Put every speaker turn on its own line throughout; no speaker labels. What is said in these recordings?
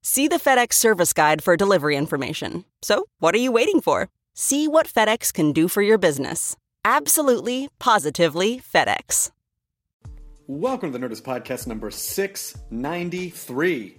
See the FedEx service guide for delivery information. So, what are you waiting for? See what FedEx can do for your business. Absolutely, positively, FedEx.
Welcome to the Nerdist Podcast number 693.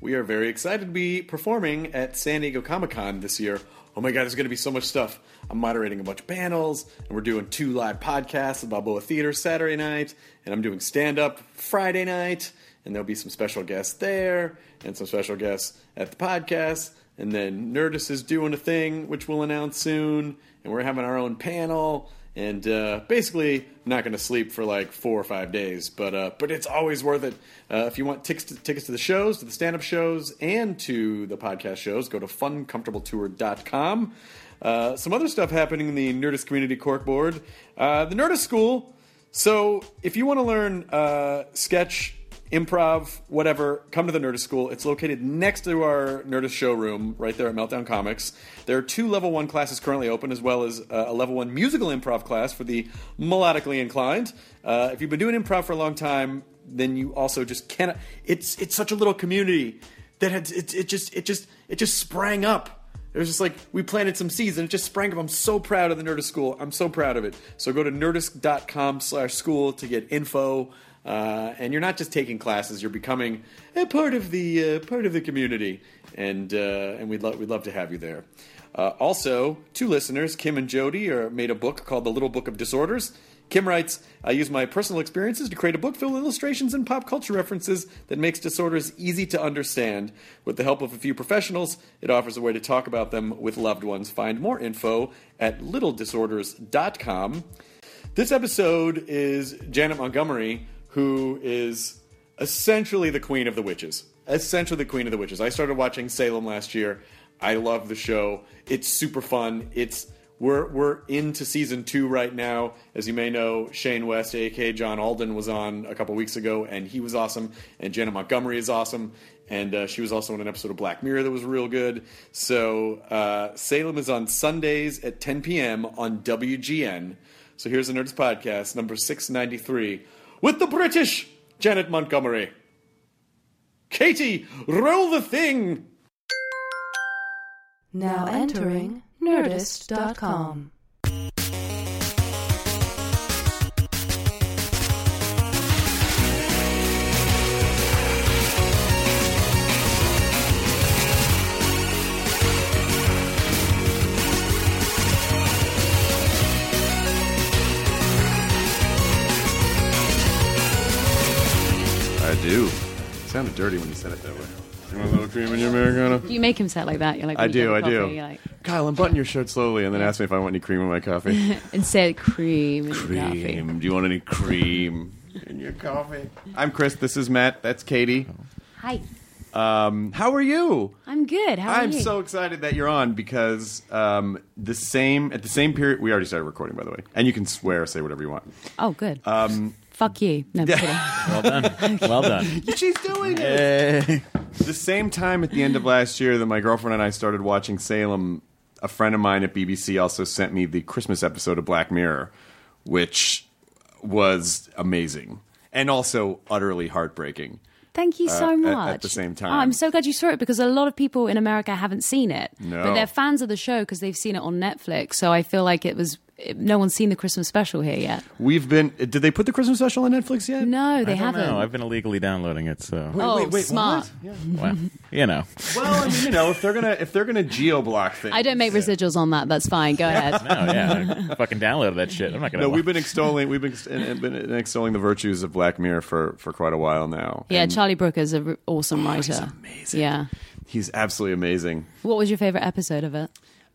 We are very excited to be performing at San Diego Comic Con this year. Oh my god, there's going to be so much stuff. I'm moderating a bunch of panels, and we're doing two live podcasts at Balboa Theater Saturday night, and I'm doing stand up Friday night, and there'll be some special guests there, and some special guests at the podcast, and then Nerdist is doing a thing, which we'll announce soon, and we're having our own panel, and uh, basically I'm not going to sleep for like four or five days, but uh, but it's always worth it. Uh, if you want tickets to, tickets to the shows, to the stand up shows, and to the podcast shows, go to funcomfortabletour.com. Uh, some other stuff happening in the Nerdist Community Corkboard, uh, the Nerdist School. So if you want to learn uh, sketch, improv, whatever, come to the Nerdist School. It's located next to our Nerdist showroom, right there at Meltdown Comics. There are two level one classes currently open, as well as uh, a level one musical improv class for the melodically inclined. Uh, if you've been doing improv for a long time, then you also just cannot. It's it's such a little community that had, it, it just it just it just sprang up. It was just like we planted some seeds and it just sprang up. I'm so proud of the Nerdist School. I'm so proud of it. So go to nerdist.com slash school to get info. Uh, and you're not just taking classes; you're becoming a part of the uh, part of the community. And uh, and we'd love we'd love to have you there. Uh, also, two listeners, Kim and Jody, are, made a book called The Little Book of Disorders. Kim writes, I use my personal experiences to create a book filled with illustrations and pop culture references that makes disorders easy to understand. With the help of a few professionals, it offers a way to talk about them with loved ones. Find more info at littledisorders.com. This episode is Janet Montgomery, who is essentially the queen of the witches. Essentially the queen of the witches. I started watching Salem last year. I love the show. It's super fun. It's we're we're into season two right now. As you may know, Shane West, aka John Alden, was on a couple weeks ago, and he was awesome. And Jenna Montgomery is awesome, and uh, she was also on an episode of Black Mirror that was real good. So uh, Salem is on Sundays at 10 p.m. on WGN. So here's the Nerds podcast number 693 with the British Janet Montgomery. Katie, roll the thing.
Now entering Nerdist.com.
I do. sounded dirty when you said it that way. You want a little cream in your
Do you make him say it like that? You're like,
I
when you
do, I
get the
do.
coffee, you're like,
Kyle, unbutton your shirt slowly and then ask me if I want any cream in my coffee.
and say cream. in your coffee.
cream. Do you want any cream in your coffee? I'm Chris. This is Matt. That's Katie.
Hi,
Um, how are you?
I'm good. How are
I'm
you?
so excited that you're on because um, the same at the same period we already started recording by the way, and you can swear, say whatever you want.
Oh, good.
um,
Fuck you. No, I'm kidding.
Well done. Well done.
She's doing it. the same time at the end of last year that my girlfriend and I started watching Salem, a friend of mine at BBC also sent me the Christmas episode of Black Mirror, which was amazing and also utterly heartbreaking.
Thank you
Uh,
so
at-
much.
at the same time.
Oh, I'm so glad you saw it because a lot of people in America haven't seen it.
No.
But they're fans of the show because they've seen it on Netflix. So I feel like it was no one's seen the Christmas special here yet.
We've been. Did they put the Christmas special on Netflix yet?
No, they
I don't
haven't.
know. I've been illegally downloading it, so
oh,
wait, wait,
smart.
well, you know.
Well, I mean, you know, if they're gonna if they're gonna geo block things,
I don't make residuals on that. That's fine. Go ahead.
Oh yeah, I fucking downloaded that shit. I'm not gonna.
No, we've been extolling we've been, ex- and- and been extolling the virtues of Black Mirror for for quite a while now.
Yeah,
And
Charlie Brooker's an awesome writer.
Oh, amazing.
Yeah.
he's absolutely amazing.
What was your favorite episode of it?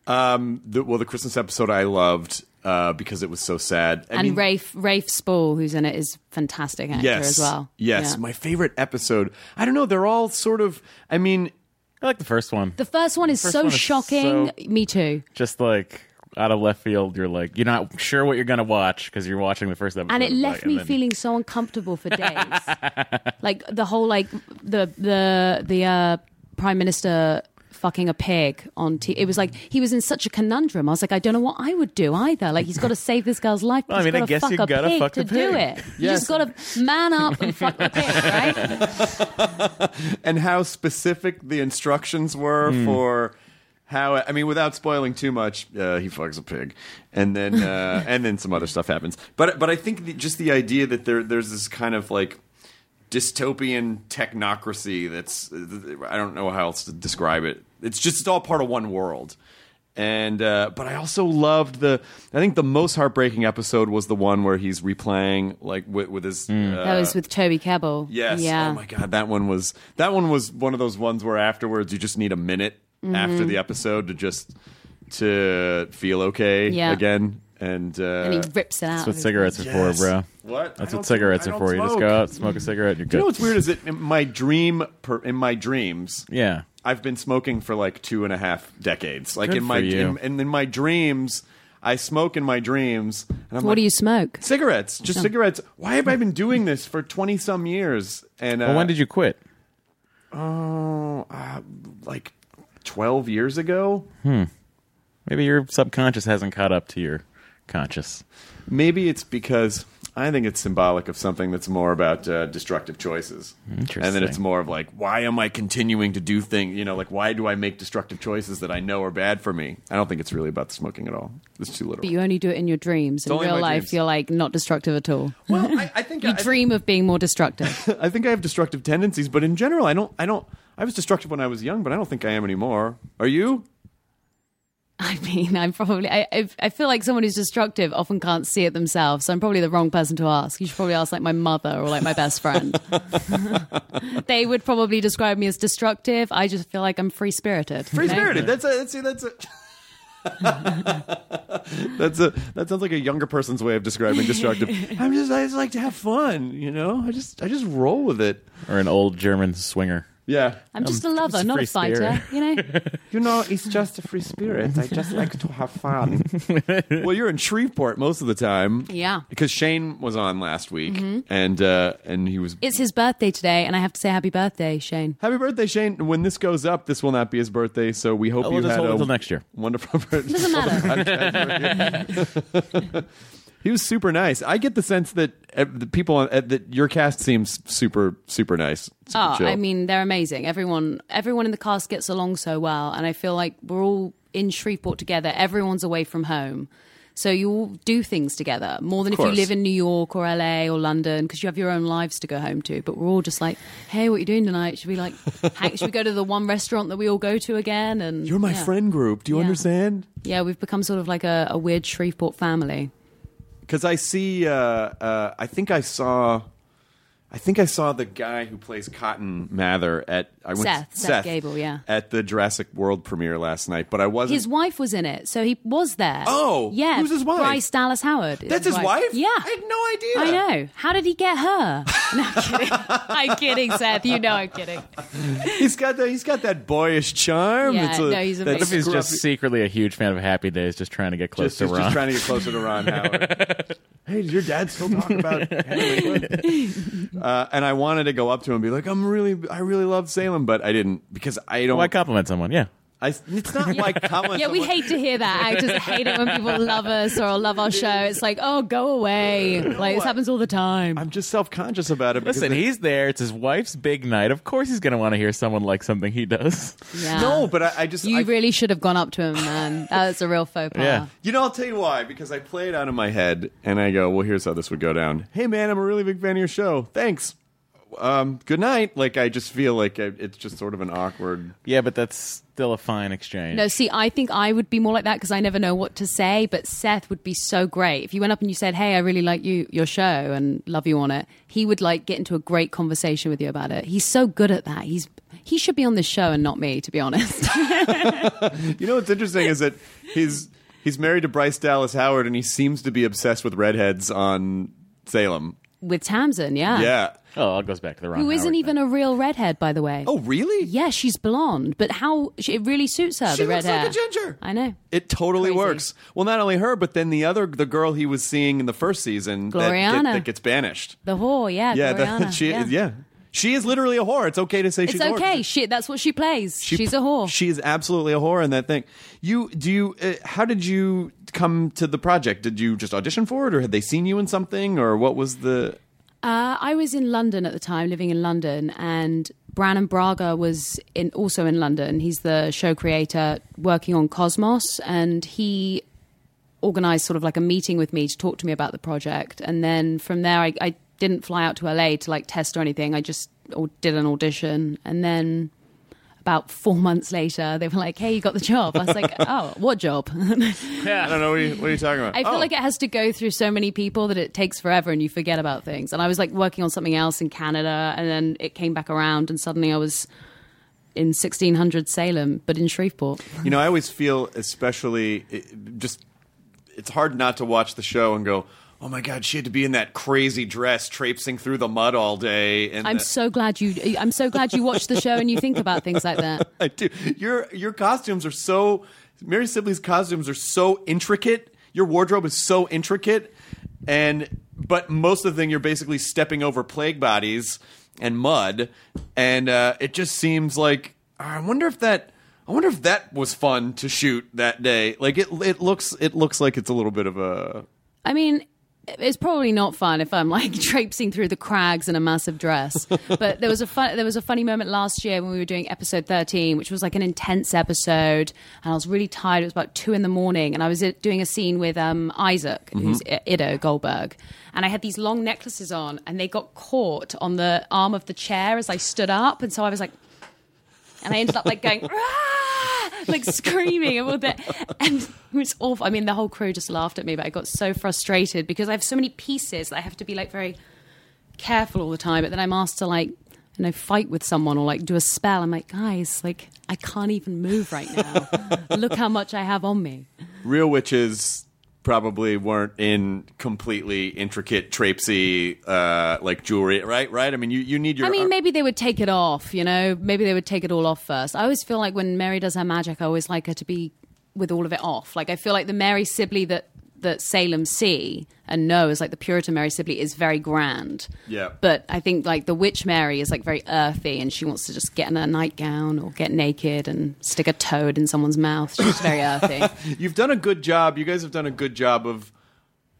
Um, the, well, the Christmas episode I loved uh, because it was so sad. I
and
mean,
Rafe Rafe Spall, who's in it, is fantastic actor
yes,
as well.
Yes,
Yeah.
my favorite episode. I don't know. They're all sort of. I mean,
I like the first one.
the first one is
First
so
one is
shocking. Me too.
Just like out of left field, you're like you're not sure what you're gonna watch because you're watching the first episode,
And it
of,
left
like,
me
then-
feeling so uncomfortable for days. like the whole like the the the uh, prime minister fucking a pig on t it was like he was in such a conundrum i was like i don't know what i would do either like he's got to save this girl's life but
Well, I
he's
mean, I
gotta
guess
fuck
you
a
gotta
pig
fuck
to
the
do
pig.
it you just gotta man up and fuck the pig right
and how specific the instructions were for how I mean, without spoiling too much, uh, he fucks a pig, and then uh, and then some other stuff happens. But but I think the, just the idea that there there's this kind of like dystopian technocracy that's I don't know how else to describe it. It's just it's all part of one world. And uh, but I also loved the I think the most heartbreaking episode was the one where he's replaying like with, with his uh,
that was with toby Kebbell.
Yes.
yeah
Oh my god, that one was that one was one of those ones where afterwards you just need a minute
Mm-hmm.
after the episode to just to feel okay
Yeah.
again. And, uh,
and he rips it out
That's what cigarettes are
Yes.
for, bro.
What? I
That's
don't-
what cigarettes
I
are
don't
for. You just go
smoke.
out, smoke a cigarette, you're good.
you know what's weird is that in my dream per, in my dreams
yeah.
I've been smoking for like two and a half decades. Like
Good
in my
for you.
in, and in my dreams, I smoke in my dreams. And I'm
what
like,
do you Oh. smoke
Cigarettes, just cigarettes. Why have I been doing this for twenty some years? And uh,
Well, when did you quit?
Oh, uh, like 12 years ago?
Maybe your subconscious hasn't caught up to your conscious.
Maybe it's because I think it's symbolic of something that's more about uh, destructive choices.
Interesting.
And then it's more of like, why am I continuing to do things? You know, like, why do I make destructive choices that I know are bad for me? I don't think it's really about smoking at all. It's too
But
literal.
you only do it in your dreams. In
only
real
my
life,
dreams.
you're like not destructive at all.
well, I, I think
You
I,
dream of being more destructive.
I think I have destructive tendencies, but in general, I don't. I don't. I was destructive when I was young, but I don't think I am anymore. Are you?
I mean, I'm probably. I, I I feel like someone who's destructive often can't see it themselves. So I'm probably the wrong person to ask. You should probably ask like my mother or like my best friend. they would probably describe me as destructive. I just feel like I'm free spirited.
Free spirited. That's a that's a, that's a that's a that sounds like a younger person's way of describing destructive. I'm just I just like to have fun, you know. I just I just roll with it.
Or an old German swinger.
Yeah,
I'm just a lover,
just
not a
Um, free
fighter.
spirit.
You know,
you know, it's just a free spirit. I just like to have fun. well, you're in Shreveport most of the time.
Yeah.
because Shane was on last week, and uh and he was.
it's his birthday today, and I have to say happy birthday, Shane.
Happy birthday, Shane! When this goes up, this will not be his birthday, so we hope
Oh,
you
we'll just
had
hold
a
it till next year.
wonderful birthday.
Doesn't matter.
He was super nice. I get the sense that uh, the people on, uh, that your cast seems super super nice. super
Oh,
chill.
I mean, they're amazing. Everyone, everyone in the cast gets along so well, and I feel like we're all in Shreveport together. Everyone's away from home, so you all do things together more than if you
course.
live in New York or LA or London because you have your own lives to go home to. But we're all just like, hey, what are you doing tonight? Should we like, hang, should we go to the one restaurant that we all go to again? And
you're my
yeah.
friend group. Do you
Yeah.
understand?
Yeah, we've become sort of like a, a weird Shreveport family.
Because I see. Uh, uh, I think I saw. I think I saw the guy who plays Cotton Mather at I went
Seth, Seth Gable, yeah.
at the Jurassic World premiere last night. But I wasn't.
His wife was in it, so he was there.
Oh,
yeah,
who's his wife?
Bryce Dallas Howard. is
That's his wife.
Yeah,
I had no
I
idea.
know. How did he get her? No, I'm kidding. I'm kidding, Seth. You know I'm kidding.
He's got that. He's got that boyish charm.
Yeah,
It's a-
no, he's
that
What if
amazing.
he's just
scruffy-
secretly a huge fan of Happy Days, just trying to get close
just,
to
he's
Ron?
just trying to get closer to Ron Howard. hey, does your dad still talk about Henry Wood? Uh, and I wanted to go up to him and be like, I'm really, I really love Salem, but I didn't because I don't.
Why compliment someone? Yeah.
I, it's not like Colin.
Yeah, we
someone-
hate to hear that. Actors hate it when people love us or love our show. It's like, oh, go away. Like this happens all the time.
I'm just self conscious about it. because
Listen,
it-
he's there. It's his wife's big night. Of course, he's going to want to hear someone like something he does.
yeah.
no, but I, I just
you
I,
really should have gone up to him, man. That's a real faux pas.
Yeah.
You know, I'll tell you why. Because I play it out in my head, and I go, "Well, here's how this would go down." Hey, man, I'm a really big fan of your show. Thanks. Um, good night. Like, I just feel like I, it's just sort of an awkward.
Yeah, but that's still a fine exchange.
No, see, I think I would be more like that because I never know what to say. But Seth would be so great if you went up and you said, "Hey, I really like you, your show, and love you on it." He would like get into a great conversation with you about it. He's so good at that. He's he should be on this show and not me, to be honest.
You know, what's interesting is that he's he's married to Bryce Dallas Howard, and he seems to be obsessed with redheads on Salem.
with Tamsin, yeah,
Yeah.
Oh, it goes back to the Ron
who isn't
Howard
even
thing.
a real redhead, by the way.
Oh, really?
yeah, she's blonde, but how she, it really suits her.
She
the red
looks like
hair.
a ginger.
I know.
It totally
Crazy.
works. Well, not only her, but then the other, the girl he was seeing in the first season, that- that,
Gloriana.
that gets banished.
the whore, yeah,
Yeah, the-
Gloriana,
she, yeah, she is literally a whore. It's okay to say
It's
she's A
okay.
whore.
She, that's what she plays.
She-
she's a whore.
She is absolutely a whore in that thing. You do you? Uh, how did you come to the project? Did you just audition for it, or had they seen you in something, or what was the?
Uh, I was in London at the time, living in London, and Brannon Braga was in, also in London. He's the show creator working on Cosmos, and he organized sort of like a meeting with me to talk to me about the project. And then from there, I, I didn't fly out to LA to like test or anything. I just au- did an audition, and then about four months later, they were like, "Hey, you got the job." I was like, "Oh, what job?"
I don't know. What are you, what are you talking about? Oh.
I
Oh.
feel like it has to go through so many people that it takes forever and you forget about things. And I was like working on something else in Canada and then it came back around and suddenly I was in 1600 Salem, but in Shreveport.
You know, I always feel especially it, just it's hard not to watch the show and go, "Oh my god, she had to be in that crazy dress traipsing through the mud all day." And
I'm
the-
so glad you I'm so glad you watch the show and you think about things like that.
I do. Your your costumes are so Mary Sibley's costumes are so intricate. Your wardrobe is so intricate, and but most of the thing you're basically stepping over plague bodies and mud, and uh, it just seems like I wonder if that. I wonder if that was fun to shoot that day. Like it, it looks, it looks like it's a little bit of a.
I mean, it's probably not fun if I'm like traipsing through the crags in a massive dress. But there was a fun, there was a funny moment last year when we were doing episode 13, which was like an intense episode, and I was really tired. It was about two in the morning, and I was uh, doing a scene with um, Isaac, who's I- Ido Goldberg, and I had these long necklaces on, and they got caught on the arm of the chair as I stood up, and so I was like, and I ended up like going. "Ah!" Like screaming and all that, and it was awful. I mean, the whole crew just laughed at me, but I got so frustrated because I have so many pieces that I have to be like very careful all the time. But then I'm asked to like, you know, fight with someone or like do a spell. I'm like, guys, like I can't even move right now. Look how much I have on me.
Real witches probably weren't in completely intricate traipsy uh, like jewelry, right? Right? I mean, you, you need your. uh,
I mean, maybe they would take it off, you know? Maybe they would take it all off first. I always feel like when Mary does her magic, I always like her to be with all of it off. Like, I feel like the Mary Sibley that, that Salem see and know is like the Puritan Mary Sibley is very grand.
Yeah.
But I think like the Witch Mary is like very earthy and she wants to just get in her nightgown or get naked and stick a toad in someone's mouth. She's very earthy.
You've done a good job. You guys have done a good job of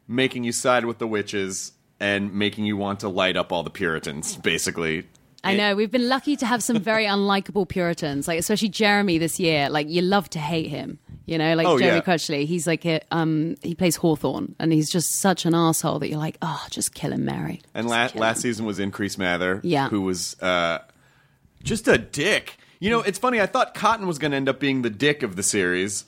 making you side with the witches and making you want to light up all the Puritans, basically.
I know. We've been lucky to have some very unlikable Puritans, like especially Jeremy this year. Like you love to hate him, you know. Like
Oh,
Jeremy
yeah.
Crutchley, he's like a, um he plays Hawthorne, and he's just such an asshole that you're like, oh, just kill him, Mary.
And
Just
la-
kill
last
him."
season was Increase Mather,
Yeah.
who was uh, just a dick. You know, it's funny. I thought Cotton was going to end up being the dick of the series,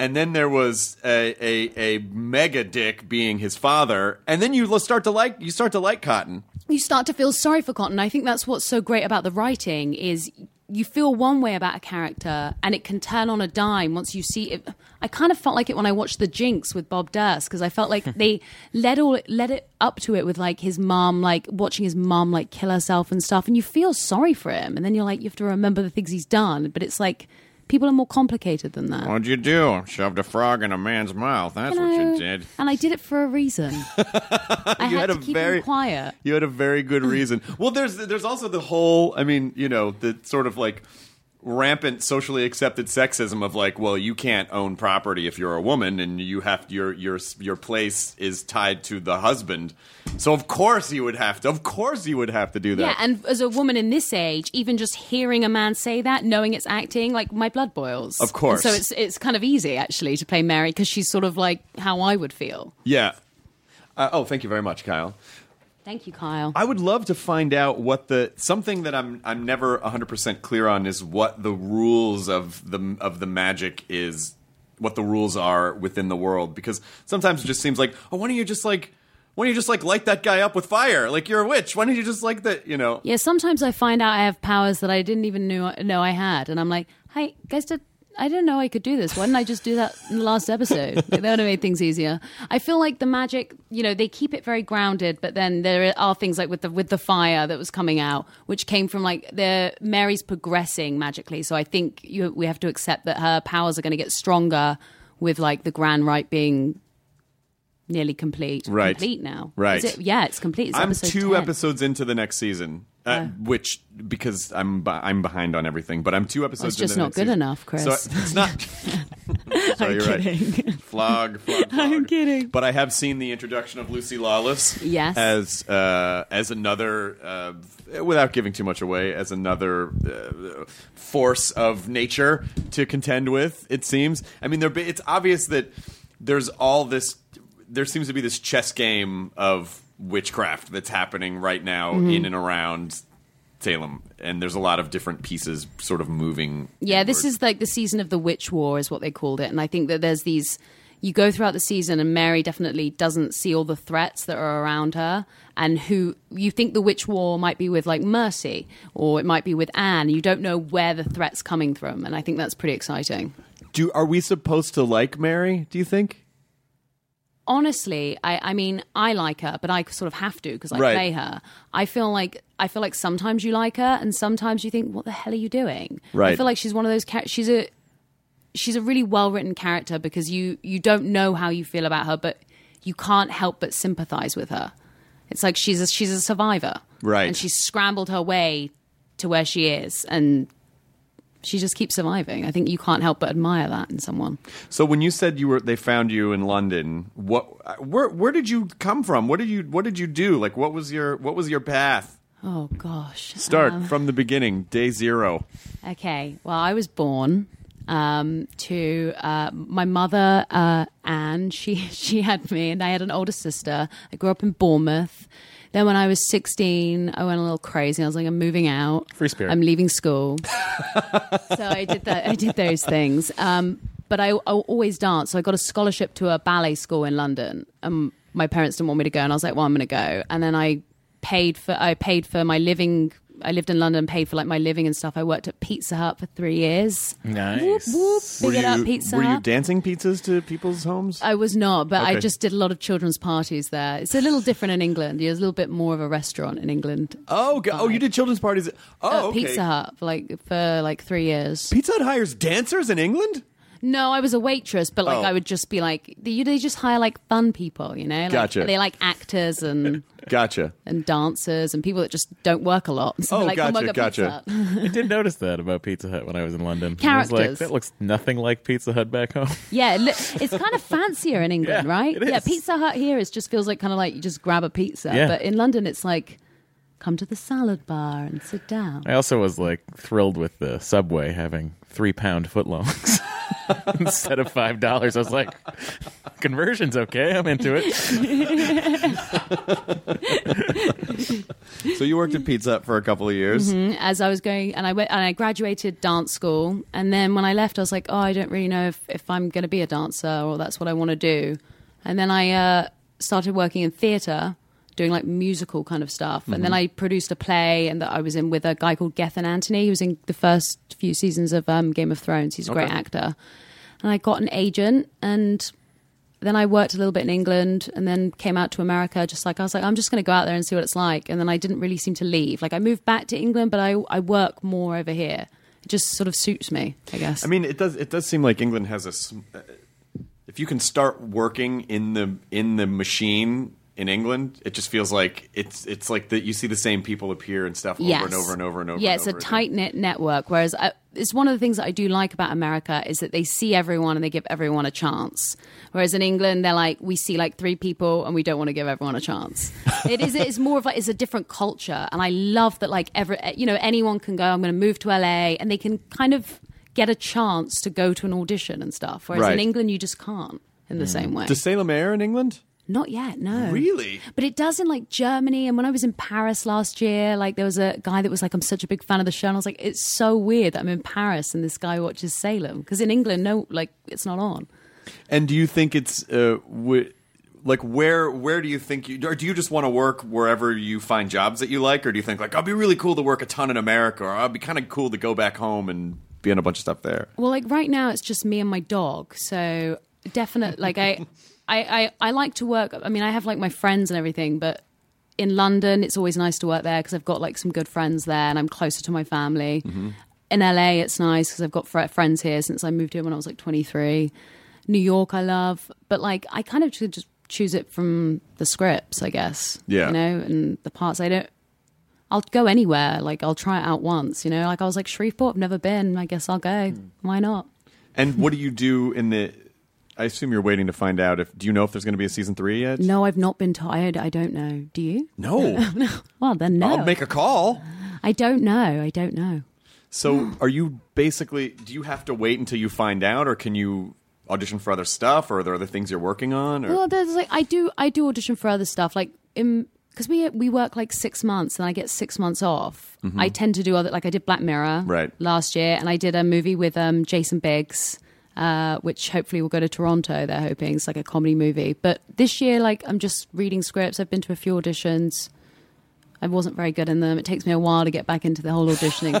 and then there was a, a a mega dick being his father, and then you start to like you start to like Cotton.
you start to feel sorry for Cotton. I think that's what's so great about the writing is you feel one way about a character and it can turn on a dime once you see it. I kind of felt like it when I watched The Jinx with Bob Durst because I felt like they led all led it up to it with like his mom like watching his mom like kill herself and stuff and you feel sorry for him and then you're like you have to remember the things he's done but it's like people are more complicated than that.
What'd you do? Shoved a frog in a man's mouth. That's
Hello. And I did it for a reason. I
You
had,
had
to
a
keep
very-
him quiet.
You had a very good reason. well, there's there's also the whole. I mean, you know, the sort of like rampant socially accepted sexism of like, well, you can't own property if you're a woman, and you have your your your place is tied to the husband. So of course you would have to. Of course you would have to do that.
Yeah, and as a woman in this age, even just hearing a man say that, knowing it's acting, like my blood boils.
Of course.
And so it's it's kind of easy actually to play Mary because she's sort of like how I would feel.
yeah. Uh, oh, thank you very much, Kyle.
Thank you, Kyle.
I would love to find out what the something that I'm I'm never 100% clear on is what the rules of the of the magic is what the rules are within the world because sometimes it just seems like oh why don't you just like why don't you just like light that guy up with fire like you're a witch why don't you just like that you know
yeah, sometimes I find out I have powers that I didn't even knew, know I had, and I'm like, "Hey guys, did, I didn't know I could do this. Why didn't I just do that in the last episode? Like, that would have made things easier." I feel like the magic, you know, they keep it very grounded, but then there are things like with the with the fire that was coming out, which came from like the Mary's progressing magically. So I think you, we have to accept that her powers are going to get stronger with like the grand rite being. Nearly complete.
Right.
Complete now.
Right.
Is it? Yeah, it's complete. It's
I'm
episode
two
10.
episodes into the next season uh, which because I'm be- I'm behind on everything but I'm two episodes
It's just
into the
not
next
good
season.
enough, Chris.
So it's not So you're right. Flog, flog, flog.
I'm kidding.
But I have seen the introduction of Lucy Lawless.
Yes.
As uh, as another, uh, without giving too much away, as another uh, force of nature to contend with. It seems. I mean, there. be- It's obvious that there's all this. There seems to be this chess game of witchcraft that's happening right now
Mm-hmm.
in and around Salem, and there's a lot of different pieces sort of moving.
Yeah, this
inward.
is like the season of the witch war, is what they called it. And I think that there's these. You go throughout the season, and Mary definitely doesn't see all the threats that are around her, and who you think the witch war might be with, like Mercy, or it might be with Anne. You don't know where the threat's coming from, and I think that's pretty exciting.
Do are we supposed to like Mary? Do you think?
honestly, I, I mean, I like her, but I sort of have to because I
Right.
play her. I feel like I feel like sometimes you like her, and sometimes you think, "What the hell are you doing?"
Right.
I feel like she's one of those. Char- she's a she's a really well written character because you you don't know how you feel about her, but you can't help but sympathize with her. It's like she's a, she's a survivor,
Right.
And she's scrambled her way to where she is, and she just keeps surviving. I think you can't help but admire that in someone.
So when you said you were, they found you in London. What, where, where did you come from? What did you, what did you do? Like, what was your, what was your path?
Oh gosh,
Start from the beginning, day zero.
Okay. Well, I was born um, to uh, my mother, uh, Anne. She she had me, and I had an older sister. I grew up in Bournemouth. Then, when I was sixteen, I went a little crazy. I was like, I'm moving out.
Free spirit.
I'm leaving school. so I did that. I did those things. Um, but I, I always danced. So I got a scholarship to a ballet school in London. Um, my parents didn't want me to go, and I was like, "Well, I'm going to go." And then I paid for I paid for my living. I lived in London, paid for like my living and stuff. I worked at Pizza Hut for three years.
Nice.
Whoop, big it up, Pizza Uh,
were you
Hut.
dancing pizzas to people's homes?
I was not, but
Okay.
I just did a lot of children's parties there. It's a little different in England. There's a little bit more of a restaurant in England.
oh, go- oh, you did children's parties.
At
Oh, okay.
Uh, Pizza Hut for like for like three years.
Pizza Hut hires dancers in England.
No, I was a waitress, but like
Oh.
I would just be like, they, they just hire like fun people, you know? Like,
Gotcha.
They like actors and
Gotcha.
and dancers and people that just don't work a lot. So
Oh,
they're like, come
gotcha,
work at Pizza
gotcha.
Hut.
I did notice that about Pizza Hut when I was in London. I was like,
Characters.
that looks nothing like Pizza Hut back home.
yeah, it look- it's kind of fancier in England,
Yeah,
right?
it
Yeah,
is.
Pizza Hut here it just feels like kind of like you just grab a pizza,
Yeah.
but in London it's like come to the salad bar and sit down.
I also was like thrilled with the subway having three pound footlongs instead of five dollars. I was like, conversion's okay. I'm into it.
So you worked at Pizza Hut for a couple of
Mm-hmm.
years.
as I was going, and I went and I graduated dance school. And then when I left, I was like, oh, I don't really know if, if I'm going to be a dancer or that's what I want to do. And then I uh, started working in theatre, doing like musical kind of stuff. And then I produced a play, and that I was in with a guy called Gethin Anthony, who was in the first few seasons of um, Game of Thrones. He's a great actor. And I got an agent and then I worked a little bit in England and then came out to America. Just like I was like, I'm just going to go out there and see what it's like. And then I didn't really seem to leave. Like I moved back to England, but I I work more over here. It just sort of suits me, I guess.
I mean, it does. It does seem like England has a. sm- uh, If you can start working in the in the machine in England, it just feels like it's it's like that you see the same people appear and stuff over
yes.
and over and over and over.
Yeah,
and
it's
over
a
again.
tight knit network. Whereas I, it's one of the things that I do like about America is that they see everyone and they give everyone a chance. Whereas in England, they're like, we see like three people and we don't want to give everyone a chance. it is. It's more of like it's a different culture, and I love that. Like every, eh, you know, anyone can go. I'm going to move to LA, and they can kind of get a chance to go to an audition and stuff. Whereas
Right.
in England, you just can't in the same way.
Does Salem air in England?
Not yet, no.
Really?
But it does in like Germany. And when I was in Paris last year, like there was a guy that was like, I'm such a big fan of the show. And I was like, it's so weird that I'm in Paris and this guy watches Salem. Because in England, no, like it's not on.
And do you think it's uh, w- like where where do you think you or do you just want to work wherever you find jobs that you like, or do you think like I'll be really cool to work a ton in America, or I'll be kind of cool to go back home and be in a bunch of stuff there?
Well, like right now, it's just me and my dog. So definite, like I, I, I, I like to work. I mean, I have like my friends and everything, but in London, it's always nice to work there because I've got like some good friends there, and I'm closer to my family.
Mm-hmm.
In LA, it's nice because I've got fr- friends here since I moved here when I was like 23. New York, I love, but like I kind of should just choose it from the scripts, I guess.
Yeah.
you know, and the parts I don't. I'll go anywhere. Like I'll try it out once. You know, like I was like Shreveport, I've never been. I guess I'll go.
Hmm.
Why not?
And what do you do in the? I assume you're waiting to find out if do you know if there's going to be a season three yet?
No, I've not been tired. I don't know. Do you?
no.
Well, then no.
I'll make a call.
I don't know. I don't know.
So are you basically do you have to wait until you find out or can you audition for other stuff or are there other things you're working on or
Well, there's like I do. I do audition for other stuff, like in because we we work like six months and I get six months off. I tend to do other like I did Black Mirror
Mm-hmm. Right.
last year, and I did a movie with um Jason Biggs. Uh, which hopefully will go to Toronto. They're hoping it's like a comedy movie. But this year, like I'm just reading scripts. I've been to a few auditions. I wasn't very good in them. It takes me a while to get back into the whole auditioning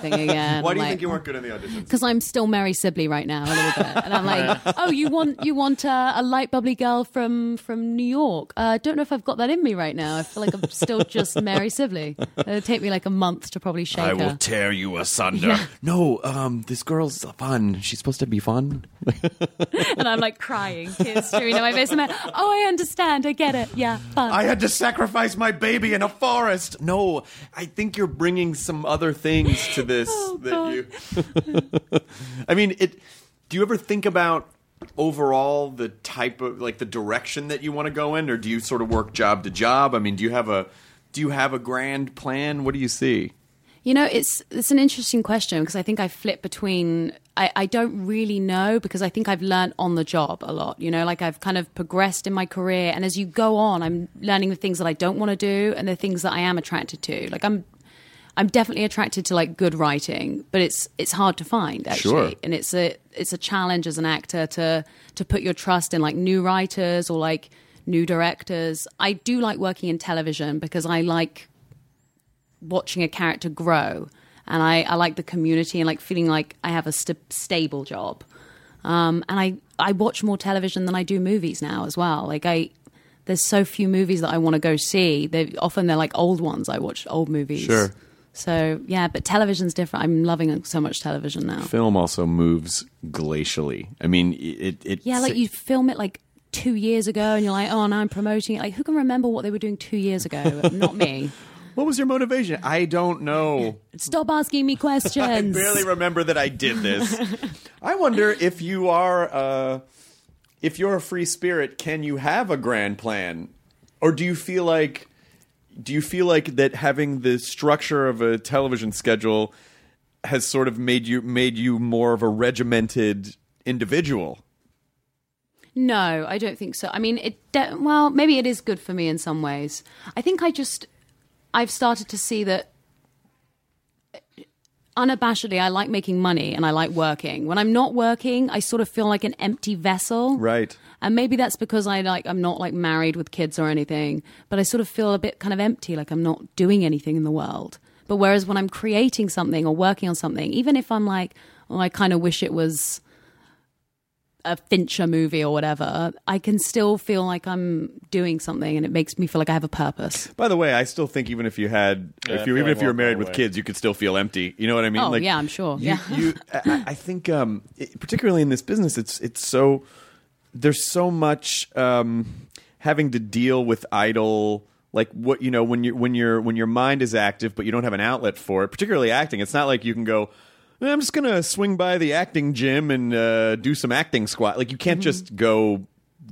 thing again.
why do you
Like- uh,
think you weren't good in the auditions?
because I'm still Mary Sibley right now a little bit, and I'm like, oh, you want you want uh, a light bubbly girl from from New York? Uh, I don't know if I've got that in me right now. I feel like I'm still just Mary Sibley. It'll take me like a month to probably shake her.
tear you asunder. No, um, this girl's fun. She's supposed to be fun.
and I'm like crying, tears streaming down my face. I'm like, oh, I understand, I get it, yeah, fun.
I had to sacrifice my baby in a forest. No, I think you're bringing some other things to this
Oh,
that
God.
you. I mean, it. Do you ever think about overall the type of like the direction that you want to go in, or do you sort of work job to job? I mean, do you have a do you have a grand plan? What do you see?
You know, it's it's an interesting question because I think I flip between. I, I don't really know because I think I've learned on the job a lot. You know, like I've kind of progressed in my career, and as you go on, I'm learning the things that I don't want to do and the things that I am attracted to. Like I'm, I'm definitely attracted to like good writing, but it's it's hard to find actually,
Sure.
and it's a it's a challenge as an actor to to put your trust in like new writers or like new directors. I do like working in television because I like watching a character grow and I, I like the community and like feeling like I have a st- stable job. Um, and I, I watch more television than I do movies now as well. Like I, there's so few movies that I want to go see. They often they're like old ones. I watch old movies.
Sure.
So yeah, but television's different. I'm loving so much television now.
Film also moves glacially. I mean, it it
Yeah, like you film it like two years ago, and you're like, oh, now I'm promoting it. Like, who can remember what they were doing two years ago? Not me.
What was your motivation? I don't know.
Stop asking me questions.
I barely remember that I did this. I wonder if you are, uh, if you're a free spirit, can you have a grand plan, or do you feel like, do you feel like that having the structure of a television schedule has sort of made you made you more of a regimented individual?
No, I don't think so. I mean, it de- well, maybe it is good for me in some ways. I think I just I've started to see that uh, unabashedly I like making money and I like working. When I'm not working, I sort of feel like an empty vessel.
Right.
And maybe that's because I like I'm not like married with kids or anything, but I sort of feel a bit kind of empty, like I'm not doing anything in the world. But whereas when I'm creating something or working on something, even if I'm like, oh, I kind of wish it was a Fincher movie or whatever, I can still feel like I'm doing something, and it makes me feel like I have a purpose.
By the way, I still think even if you had,
Yeah,
if
I
you
feel
even
like
if you were
walking
married with
away.
kids, you could still feel empty. You know what I mean?
Oh,
like,
yeah, I'm sure.
You,
Yeah.
you, I, I think, um, it, particularly in this business, it's it's so there's so much um, having to deal with idle like what you know when you when your when your mind is active but you don't have an outlet for it particularly acting it's not like you can go "Eh, i'm just gonna swing by the acting gym and uh, do some acting squat like you can't just go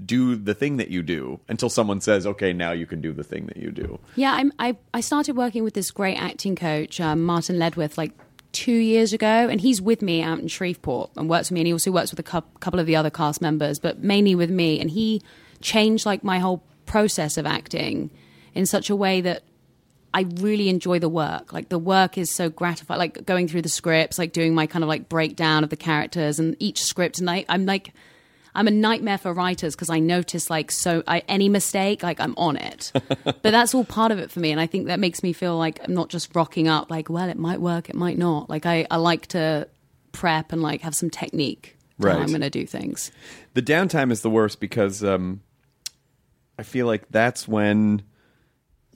do the thing that you do until someone says okay now you can do the thing that you do
Yeah, I'm, I I started working with this great acting coach, um, Martin Ledwith, like two years ago, and he's with me out in Shreveport and works with me, and he also works with a cou- couple of the other cast members, but mainly with me. And he changed like my whole process of acting in such a way that I really enjoy the work. Like the work is so gratifying. Like going through the scripts, like doing my kind of like breakdown of the characters and each script, and I, I'm like. I'm a nightmare for writers because I notice like so I, any mistake like I'm on it, but that's all part of it for me, and I think that makes me feel like I'm not just rocking up like well it might work it might not like I, I like to prep and like have some technique to how
Right.
I'm going to do things.
the downtime is the worst because um, I feel like that's when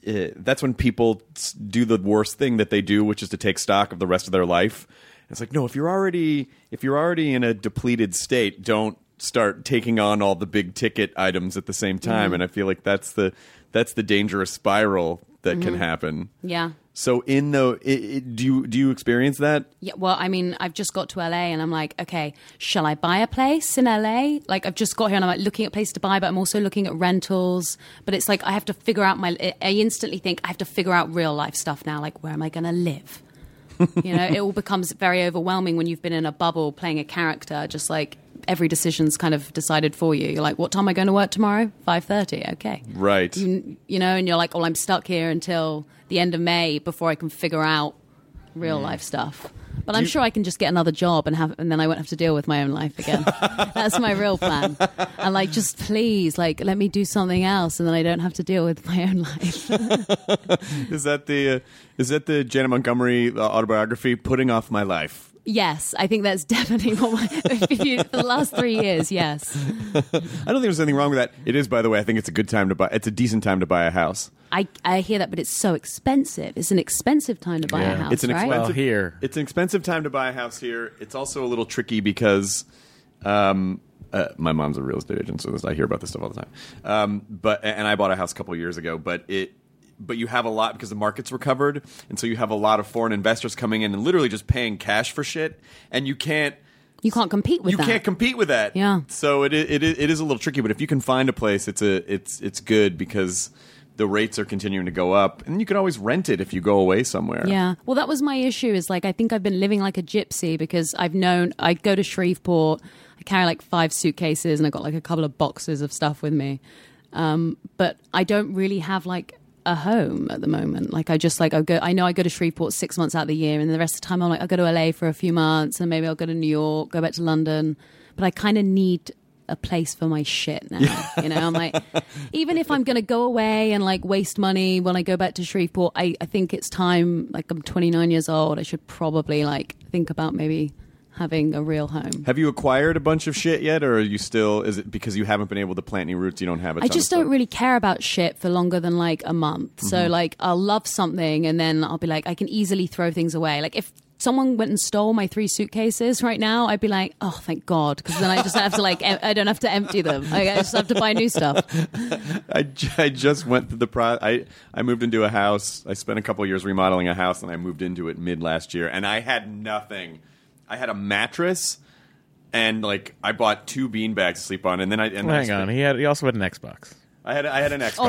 uh, that's when people s- do the worst thing that they do, which is to take stock of the rest of their life. It's like no, if you're already if you're already in a depleted state, don't start taking on all the big ticket items at the same time. And I feel like that's the that's the dangerous spiral that can happen.
Yeah,
So in the i i do you do you experience that?
Yeah, well, I mean, I've just got to LA and I'm like, okay, shall I buy a place in LA? Like, I've just got here and I'm like looking at places to buy, but I'm also looking at rentals. But it's like, I have to figure out my, I- I instantly think I have to figure out real life stuff now. Like, where am I going to live? You know, it all becomes very overwhelming when you've been in a bubble playing a character, just like every decision's kind of decided for you. You're like, what time am I going to work tomorrow? 5.30, okay
Right.
you, you know, and you're like, well, I'm stuck here until the end of May before I can figure out
Mm.
real life stuff. But I'm sure I can just get another job and have, and then I won't have to deal with my own life again. That's my real plan. And like, just please, like, let me do something else, and then I don't have to deal with my own life.
Is that the uh, is that the Janet Montgomery uh, autobiography? Putting off my life.
yes, I think that's definitely what my if you, for the last three years. Yes,
I don't think there's anything wrong with that. It is, by the way. I think it's a good time to buy. It's a decent time to buy a house.
I I hear that, but it's so expensive. It's an expensive time to buy
Yeah.
a house,
it's an
right?
expensive
Well, here.
It's an expensive time to buy a house here. It's also a little tricky because, um, uh, my mom's a real estate agent, so this, I hear about this stuff all the time. Um, but and I bought a house a couple years ago, but it. But you have a lot because the market's recovered, and so you have a lot of foreign investors coming in and literally just paying cash for shit, and you can't
You can't compete with
you
that.
can't compete with that.
Yeah.
So it, i- it i- it is a little tricky, but if you can find a place, it's a it's it's good because the rates are continuing to go up, and you can always rent it if you go away somewhere.
Yeah. Well, that was my issue. Is like I think I've been living like a gypsy because I've known I go to Shreveport. I carry like five suitcases and I got like a couple of boxes of stuff with me. Um, but I don't really have like a home at the moment. Like I just like I go. I know I go to Shreveport six months out of the year, and the rest of the time I'm like I go to LA for a few months, and maybe I'll go to New York, go back to London. But I kind of need a place for my shit now. you know, I'm like, even if I'm going to go away and like waste money when I go back to Shreveport, I, I think it's time. Like, I'm 29 years old. I should probably like think about maybe having a real home.
Have you acquired a bunch of shit yet, or are you still? Is it because you haven't been able to plant any roots? You don't have a
I
ton
just
of
don't
stuff?
really care about shit for longer than like a month. So like I'll love something and then I'll be like I can easily throw things away. Like if someone went and stole my three suitcases right now, I'd be like, "Oh, thank God," because then I just have to like em- I don't have to empty them. Like, I just have to buy new stuff.
I, ju- I just went through the pro. I I moved into a house. I spent a couple years remodeling a house, and I moved into it mid last year. And I had nothing. I had a mattress, and like I bought two bean bags to sleep on, and then I and then I
Hang
spent-
on. He had. He also had an Xbox.
I had I had an Xbox,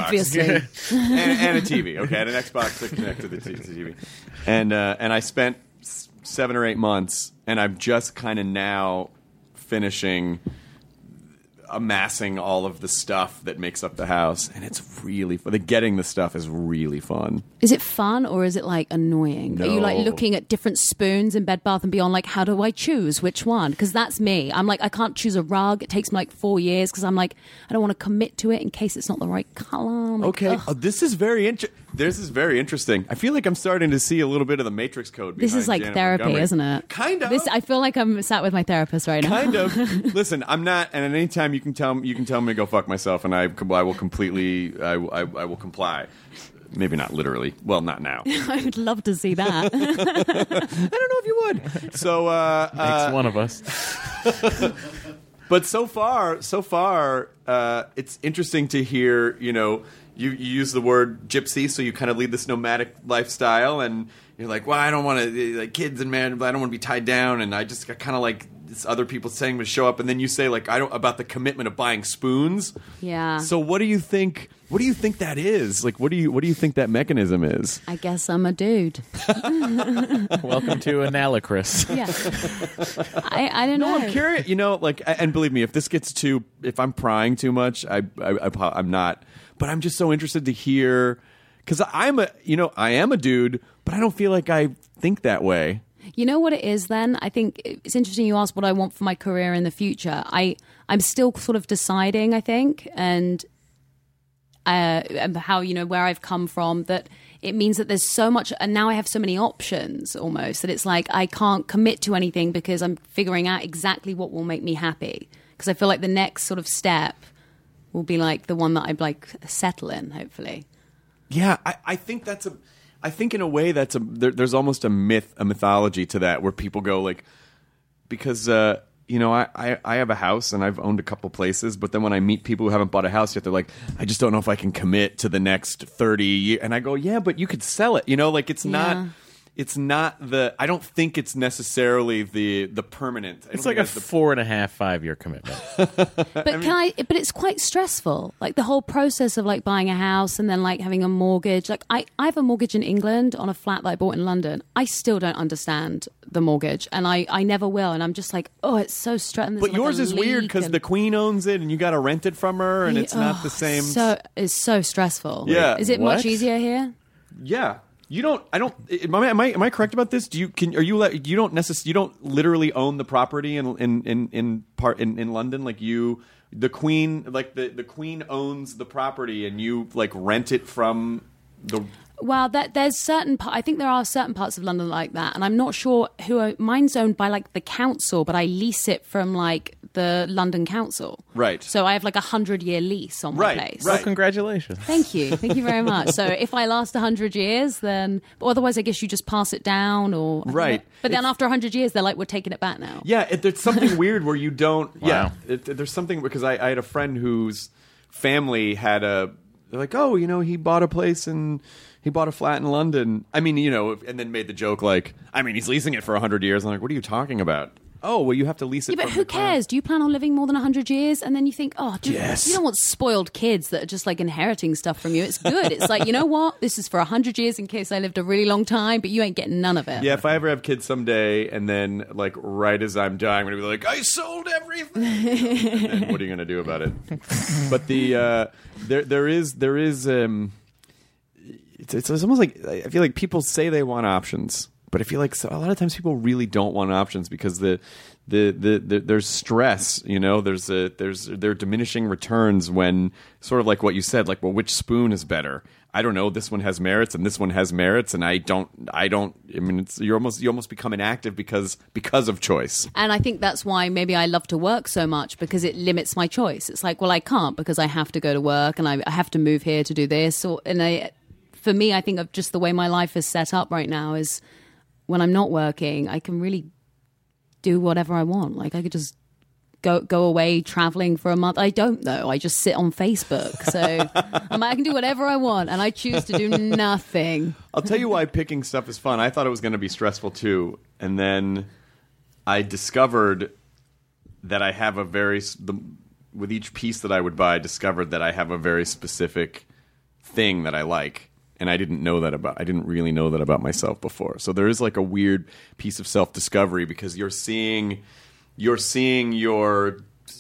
Obviously.
and, and a TV. Okay, I had an Xbox that connected to the t- to the TV, and uh, and I spent s- seven or eight months, and I'm just kind of now finishing amassing all of the stuff that makes up the house, and it's really fun. The getting the stuff is really fun.
Is it fun or is it like annoying? Are you like
No.
looking at different spoons in Bed Bath and Beyond? Like, how do I choose which one? Because that's me. I'm like, I can't choose a rug. It takes me like four years because I'm like, I don't want to commit to it in case it's not the right color. I'm like,
Okay,
ugh.
oh, this is very interesting. This is very interesting. I feel like I'm starting to see a little bit of the Matrix code.
This
behind
is like
Janet
therapy,
Montgomery.
isn't it?
Kind of.
This, I feel like I'm sat with my therapist right now.
kind of. Listen, I'm not. And at any time you can tell me, you can tell me to go fuck myself, and I, com- I will completely, I, will- I, I will comply. Maybe not literally. Well, not now. I
I would love to see that.
don't know if you would. So, uh,
It's
uh,
one of us.
But so far, so far, uh, it's interesting to hear. You know, you, you use the word gypsy, so you kind of lead this nomadic lifestyle, and you're like, well, I don't want to like kids and man, I don't want to be tied down, and I just kind of like this other people saying to show up, and then you say like, I don't about the commitment of buying spoons.
Yeah.
So what do you think? What do you think that is? Like, what do you what do you think that mechanism is?
I guess I'm a dude.
Welcome to Analicris.
Yeah. I, I don't
No,
know.
I'm curious. You know, like, a- and believe me, if this gets too, if I'm prying too much, I, I, I apo- I'm not. But I'm just so interested to hear, because I'm a, you know, I am a dude, but I don't feel like I think that way.
You know what it is then? I think it's interesting you asked what I want for my career in the future. I I'm still sort of deciding, I think, and uh, and how you know where I've come from that it means that there's so much and now I have so many options almost that it's like I can't commit to anything because I'm figuring out exactly what will make me happy because I feel like the next sort of step will be like the one that I'd like settle in hopefully.
Yeah, I, I think that's a, I think in a way that's a, there, there's almost a myth, a mythology to that where people go like, because uh, you know I, I I have a house and I've owned a couple places, but then when I meet people who haven't bought a house yet, they're like, I just don't know if I can commit to the next thirty year. And I go, yeah, but you could sell it. You know, like it's not.
Yeah.
It's not the. I don't think it's necessarily the the permanent. I
It's
don't
like
think
a
that's the
four and a half, five year commitment.
But can I? But it's quite stressful. Like the whole process of like buying a house and then like having a mortgage. Like I, I have a mortgage in England on a flat that I bought in London. I still don't understand the mortgage, and I, I never will. And I'm just like, oh, it's so stressful.
But yours is weird because the queen owns it and you got to rent it from her, and it's not the same.
oh, So it's so stressful.
Yeah.
Is it
What?
much easier here?
Yeah. You don't. I don't. Am I, am I, am I correct about this? Do you can? Are you? le- You don't necess, You don't literally own the property in in in, in part in, in London. Like you, the Queen. Like the the Queen owns the property, and you like rent it from the.
Well, that, there's certain. par- I think there are certain parts of London like that, and I'm not sure who. Are, mine's owned by like the council, but I lease it from like the London council.
Right.
So I have like a hundred year lease on my
Right,
place.
right.
Congratulations.
Thank you, thank you very much. So if I last hundred years, then but otherwise, I guess you just pass it down, or I don't
Right.
know. But then
It's-
after hundred years, they're like, we're taking it back now.
Yeah, it, there's something weird where you don't. Yeah,
Wow.
it, there's something because I, I had a friend whose family had a. They're like, oh, you know, he bought a place and he bought a flat in London. I mean, you know, and then made the joke like, I mean, he's leasing it for hundred years. I'm like, what are you talking about? Oh, well, you have to lease it.
Yeah, but
from
who
the client."
cares? Do you plan on living more than 100 years? And then you think, oh, do
Yes.
you don't want spoiled kids that are just like inheriting stuff from you. It's good. It's like, you know what? This is for 100 years in case I lived a really long time, but you ain't getting none of it.
Yeah, if I ever have kids someday, and then like right as I'm dying, I'm gonna be like, I sold everything. and then what are you gonna do about it? but the uh, there there is there is um, it's, it's it's almost like I feel like people say they want options, but I feel like so, a lot of times people really don't want options because the. The, the, the there's stress you know there's a there's there are diminishing returns when sort of like what you said like well which spoon is better I don't know. This one has merits, and this one has merits, and I don't. I don't. I mean, it's you're almost you almost become inactive because because of choice.
And I think that's why maybe I love to work so much because it limits my choice. It's like, well, I can't because I have to go to work and I, I have to move here to do this. Or, and I, for me, I think of just the way my life is set up right now is when I'm not working, I can really do whatever I want. Like I could just go go away traveling for a month. I don't though. I just sit on Facebook, so I'm, I can do whatever I want, and I choose to do nothing.
I'll tell you why picking stuff is fun. I thought it was going to be stressful too, and then I discovered that I have a very s- the, with each piece that I would buy, I discovered that I have a very specific thing that I like, and I didn't know that about. I didn't really know that about myself before. So there is like a weird piece of self discovery because you're seeing you're seeing your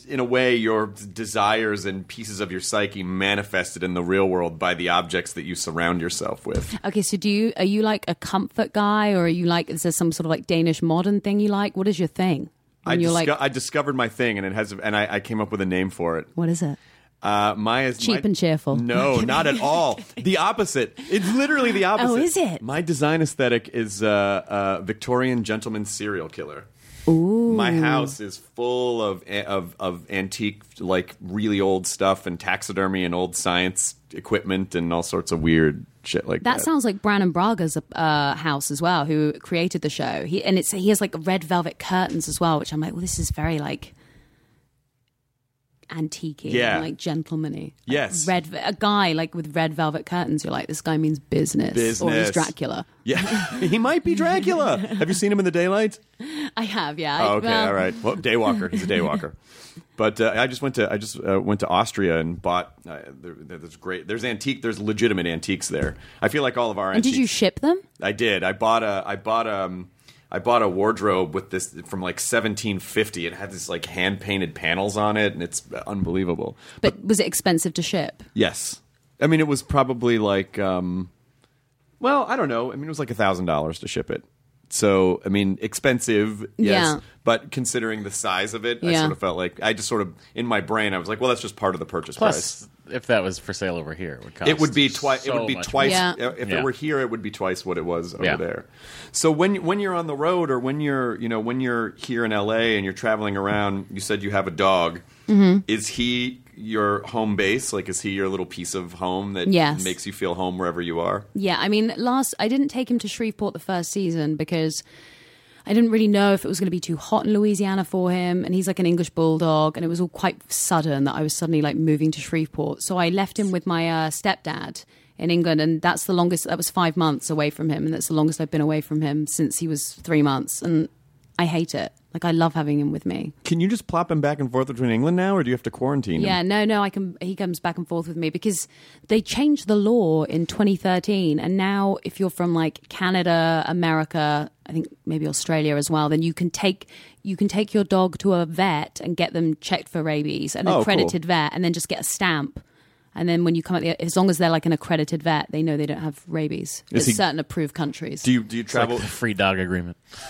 in a way your desires and pieces of your psyche manifested in the real world by the objects that you surround yourself with.
Okay, so do you are you like a comfort guy, or are you like is there some sort of like Danish modern thing you like? What is your thing?
I,
And you're
disco-
like,
I discovered my thing, and it has, and I, I came up with a name for it.
what is it?
Uh, my is
Cheap
my-
and cheerful.
No, not at all. The opposite. It's literally the opposite.
Oh, is it?
My design aesthetic is uh, uh, Victorian gentleman serial killer. Ooh. My house is full of of of antique, like really old stuff, and taxidermy and old science equipment, and all sorts of weird shit like that.
That sounds like Brandon Braga's uh, house as well, who created the show. He and it's he has like red velvet curtains as well, which I'm like, well, this is very like antique
Yeah.
and like gentlemanly. Like,
Yes.
red ve- a guy like with red velvet curtains. You're like, this guy means business, or
Business.
he's Dracula.
Yeah, he might be Dracula. Have you seen him in the daylight?
I have, yeah. I-
Oh, okay,
well,
all right. Well, daywalker. He's a daywalker. But uh, I just went to I just uh, went to Austria and bought. Uh, there, there's great. There's antique. There's legitimate antiques there. I feel like all of our.
And
antiques,
did you ship them?
I did. I bought a. I bought um. I bought a wardrobe with this from like 1750. It had this like hand painted panels on it, and it's uh, unbelievable.
But was it expensive to ship?
Yes, I mean it was probably like, um, well, I don't know. I mean it was like a thousand dollars to ship it. So I mean expensive, yes,
Yeah.
but considering the size of it, I
Yeah.
sort of felt like I just sort of in my brain I was like, well, that's just part of the purchase price.
Plus, if that was for sale over here, it would cost.
It would be twice. it
so
would be
much more.
twice.
Yeah.
uh, If
Yeah.
it were here, it would be twice what it was over
Yeah.
there. So when when you're on the road or when you're you know when you're here in LA and you're traveling around, you said you have a dog.
Mm-hmm.
Is he your home base? Like, is he your little piece of home that
Yes.
makes you feel home wherever you are?
Yeah, I mean, last I didn't take him to Shreveport the first season because I didn't really know if it was going to be too hot in Louisiana for him, and he's like an English bulldog, and it was all quite sudden that I was suddenly like moving to Shreveport. So I left him with my uh, stepdad in England, and that's the longest. That was five months away from him, and that's the longest I've been away from him since he was three months, and I hate it. Like I love having him with me.
Can you just plop him back and forth between England now, or do you have to quarantine
Yeah, no, no, I can. He comes back and forth with me because they changed the law in 2013, and now if you're from like Canada, America, I think maybe Australia as well, then you can take you can take your dog to a vet and get them checked for rabies, an
Oh, cool.
accredited vet, and then just get a stamp. And then when you come at the, as long as they're like an accredited vet, they know they don't have rabies.
Is
It's
he-
certain approved countries.
Do you do you
It's like
travel?
the free dog agreement.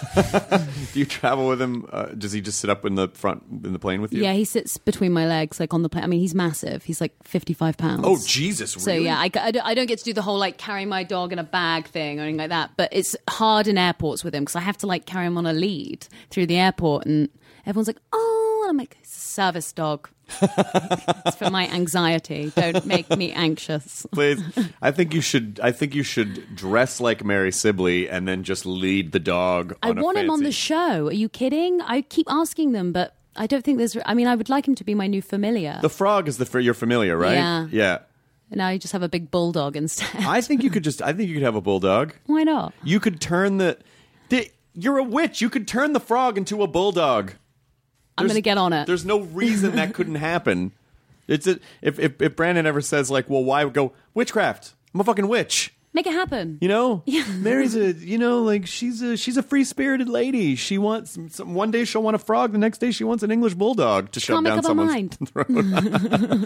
do you travel with him? Uh, does he just sit up in the front in the plane with you?
yeah, he sits between my legs, like on the plane. I mean, he's massive. He's like 55 pounds.
Oh Jesus!
So
really?
yeah, I, I don't- I don't get to do the whole like carry my dog in a bag thing or anything like that. But it's hard in airports with him because I have to like carry him on a lead through the airport, and everyone's like, "Oh," and I'm like, "It's a service dog." it's for my anxiety. Don't make me anxious.
Please, I think you should. I think you should dress like Mary Sibley and then just lead the dog.
I
on a
want him on the
fancy-
show. Are you kidding? I keep asking them, but I don't think there's. I mean, I would like him to be my new familiar.
The frog is the fr- you're familiar, right?
Yeah.
Yeah.
and now you just have a big bulldog instead.
I think you could just. I think you could have a bulldog.
Why not?
You could turn the. the you're a witch. You could turn the frog into a bulldog.
I'm
There's-
going to get on it.
There's no reason that couldn't happen. It's a, if, if if Brandon ever says like, well, why go witchcraft? I'm a fucking witch.
Make it happen.
You know, Mary's a you know like she's a she's a free spirited lady. She wants some, one day she'll want a frog, the next day she wants an English bulldog to shove
Can't make
down
up her
someone's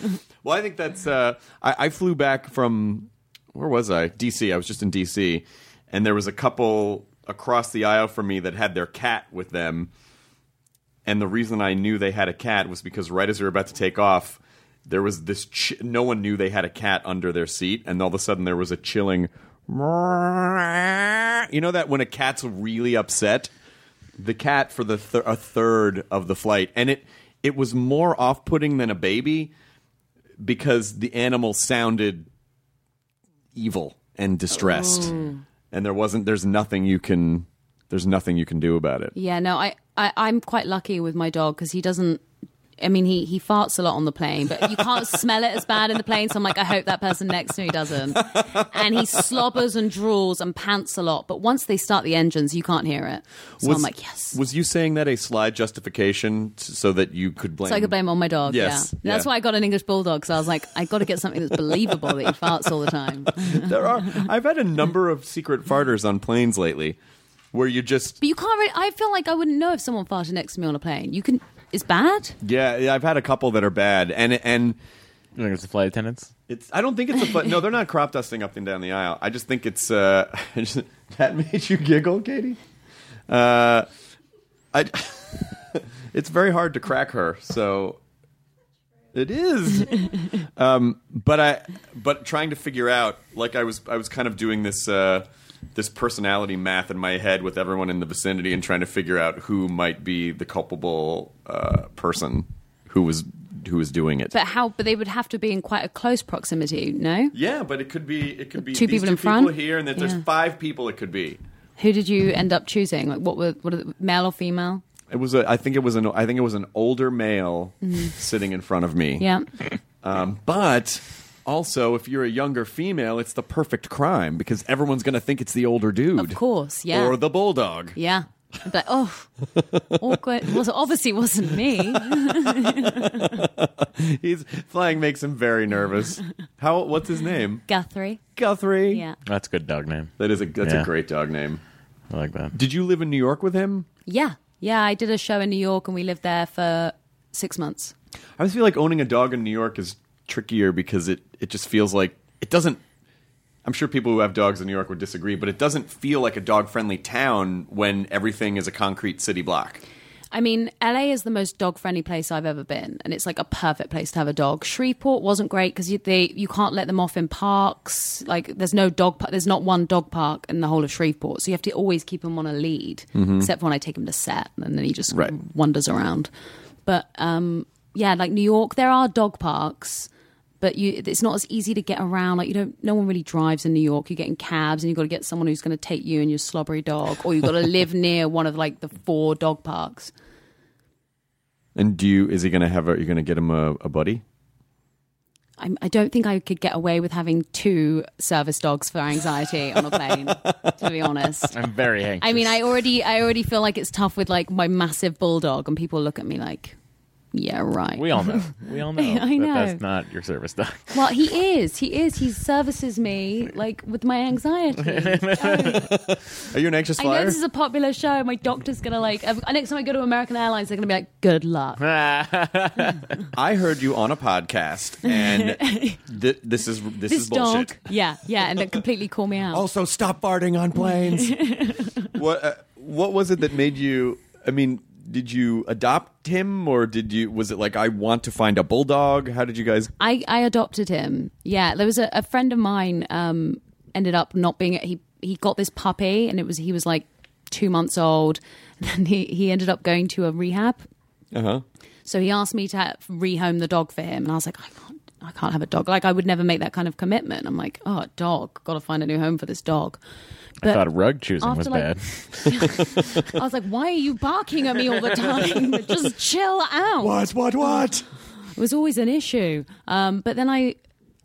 mind.
well, I think that's. Uh, I, I flew back from where was I? DC. I was just in DC, and there was a couple across the aisle from me that had their cat with them. And the reason I knew they had a cat was because right as we were about to take off, there was this. Ch- no one knew they had a cat under their seat, and all of a sudden there was a chilling. You know that when a cat's really upset the cat for the th- a third of the flight, and it it was more off putting than a baby because the animal sounded evil and distressed,
Oh.
and there wasn't there's nothing you can there's nothing you can do about it.
Yeah, no, I, I I'm quite lucky with my dog because he doesn't. I mean, he he farts a lot on the plane, but you can't smell it as bad in the plane. So I'm like, I hope that person next to me doesn't. And he slobbers and drools and pants a lot, but once they start the engines, you can't hear it. So I'm like, yes.
Was you saying that a sly justification s- so that you could blame?
so I could blame it on my dog.
Yes,
yeah. And That's
yeah.
why I got an English bulldog because I was like, I got to get something that's believable that he farts all the time. But
There are. I've had a number of secret farters on planes lately, where you just
you can't. Really, I feel like I wouldn't know if someone farted next to me on a plane. You can. It's bad.
yeah. yeah, I've had a couple that are bad, and and.
You think it's the flight attendants?
It's. I don't think it's a. Fun, no, they're not crop dusting up and down the aisle. I just think it's. Uh, I just- that made you giggle, Katie. Uh, I. it's very hard to crack her, so. It is. um, but I. But trying to figure out, like I was, I was kind of doing this. Uh, this personality math in my head with everyone in the vicinity and trying to figure out who might be the culpable uh, person who was who was doing it.
But how? But they would have to be in quite a close proximity. No.
Yeah, but it could be it could be
Two
these
people
two
in front?
people here, and that there's
Yeah.
five people. It could be.
Who did you end up choosing? Like, what were what are the, male or female?
It was a. I think it was an. I think it was an older male sitting in front of me.
Mm-hmm. Yeah.
Um, but also, if you're a younger female, it's the perfect crime because everyone's going to think it's the older dude.
Of course, yeah.
Or the bulldog.
Yeah. I'd be like, oh, awkward. Well, so obviously, it wasn't me.
He's flying makes him very nervous. How? What's his name?
Guthrie.
Guthrie.
Yeah.
That's a good dog name.
That is a that's
Yeah.
a great dog name.
I like that.
Did you live in New York with him?
Yeah. Yeah. I did a show in New York and we lived there for six months.
I always feel like owning a dog in New York is trickier because it, it just feels like it doesn't. I'm sure people who have dogs in New York would disagree, but it doesn't feel like a dog friendly town when everything is a concrete city block.
I mean, LA is the most dog friendly place I've ever been, and it's like a perfect place to have a dog. Shreveport wasn't great because you they you can't let them off in parks. Like, there's no dog park. There's not one dog park in the whole of Shreveport, so you have to always keep him on a lead, except for when I take him to set, and then he just
Right.
wanders around. But um, yeah, like New York, there are dog parks. But you, it's not as easy to get around. Like you don't, no one really drives in New York. You get in cabs, and you've got to get someone who's going to take you and your slobbery dog, or you've got to live near one of like the four dog parks.
And do you is he gonna have a you're gonna get him a, a buddy?
I'm, I don't think I could get away with having two service dogs for anxiety on a plane. to be honest,
I'm very anxious.
I mean, I already, I already feel like it's tough with like my massive bulldog, and people look at me like, "Yeah, right."
We all know. We all know.
I know.
That that's not your service dog.
well, he is, he is, he services me like with my anxiety.
Are you an anxious
I know
flyer?
this is a popular show. My doctor's gonna like. uh, Next time I go to American Airlines, they're gonna be like, "Good luck."
I heard you on a podcast, and th- this is this,
This
is bullshit.
dog, yeah, yeah, and they completely call me out.
Also, stop farting on planes. what uh, What was it that made you? I mean, did you adopt him, or did you? Was it like I want to find a bulldog? How did you guys?
I, I adopted him. Yeah, there was a, a friend of mine um, ended up not being he he got this puppy and it was he was like two months old and then he, he ended up going to a rehab.
Uh huh.
So he asked me to ha- rehome the dog for him and I was like I can't I can't have a dog. Like I would never make that kind of commitment. I'm like oh a dog got to find a new home for this dog.
I thought rug choosing
after,
was
like-
bad.
I was like why are you barking at me all the time? Just chill out.
What? What? What?
It was always an issue. Um, but then I,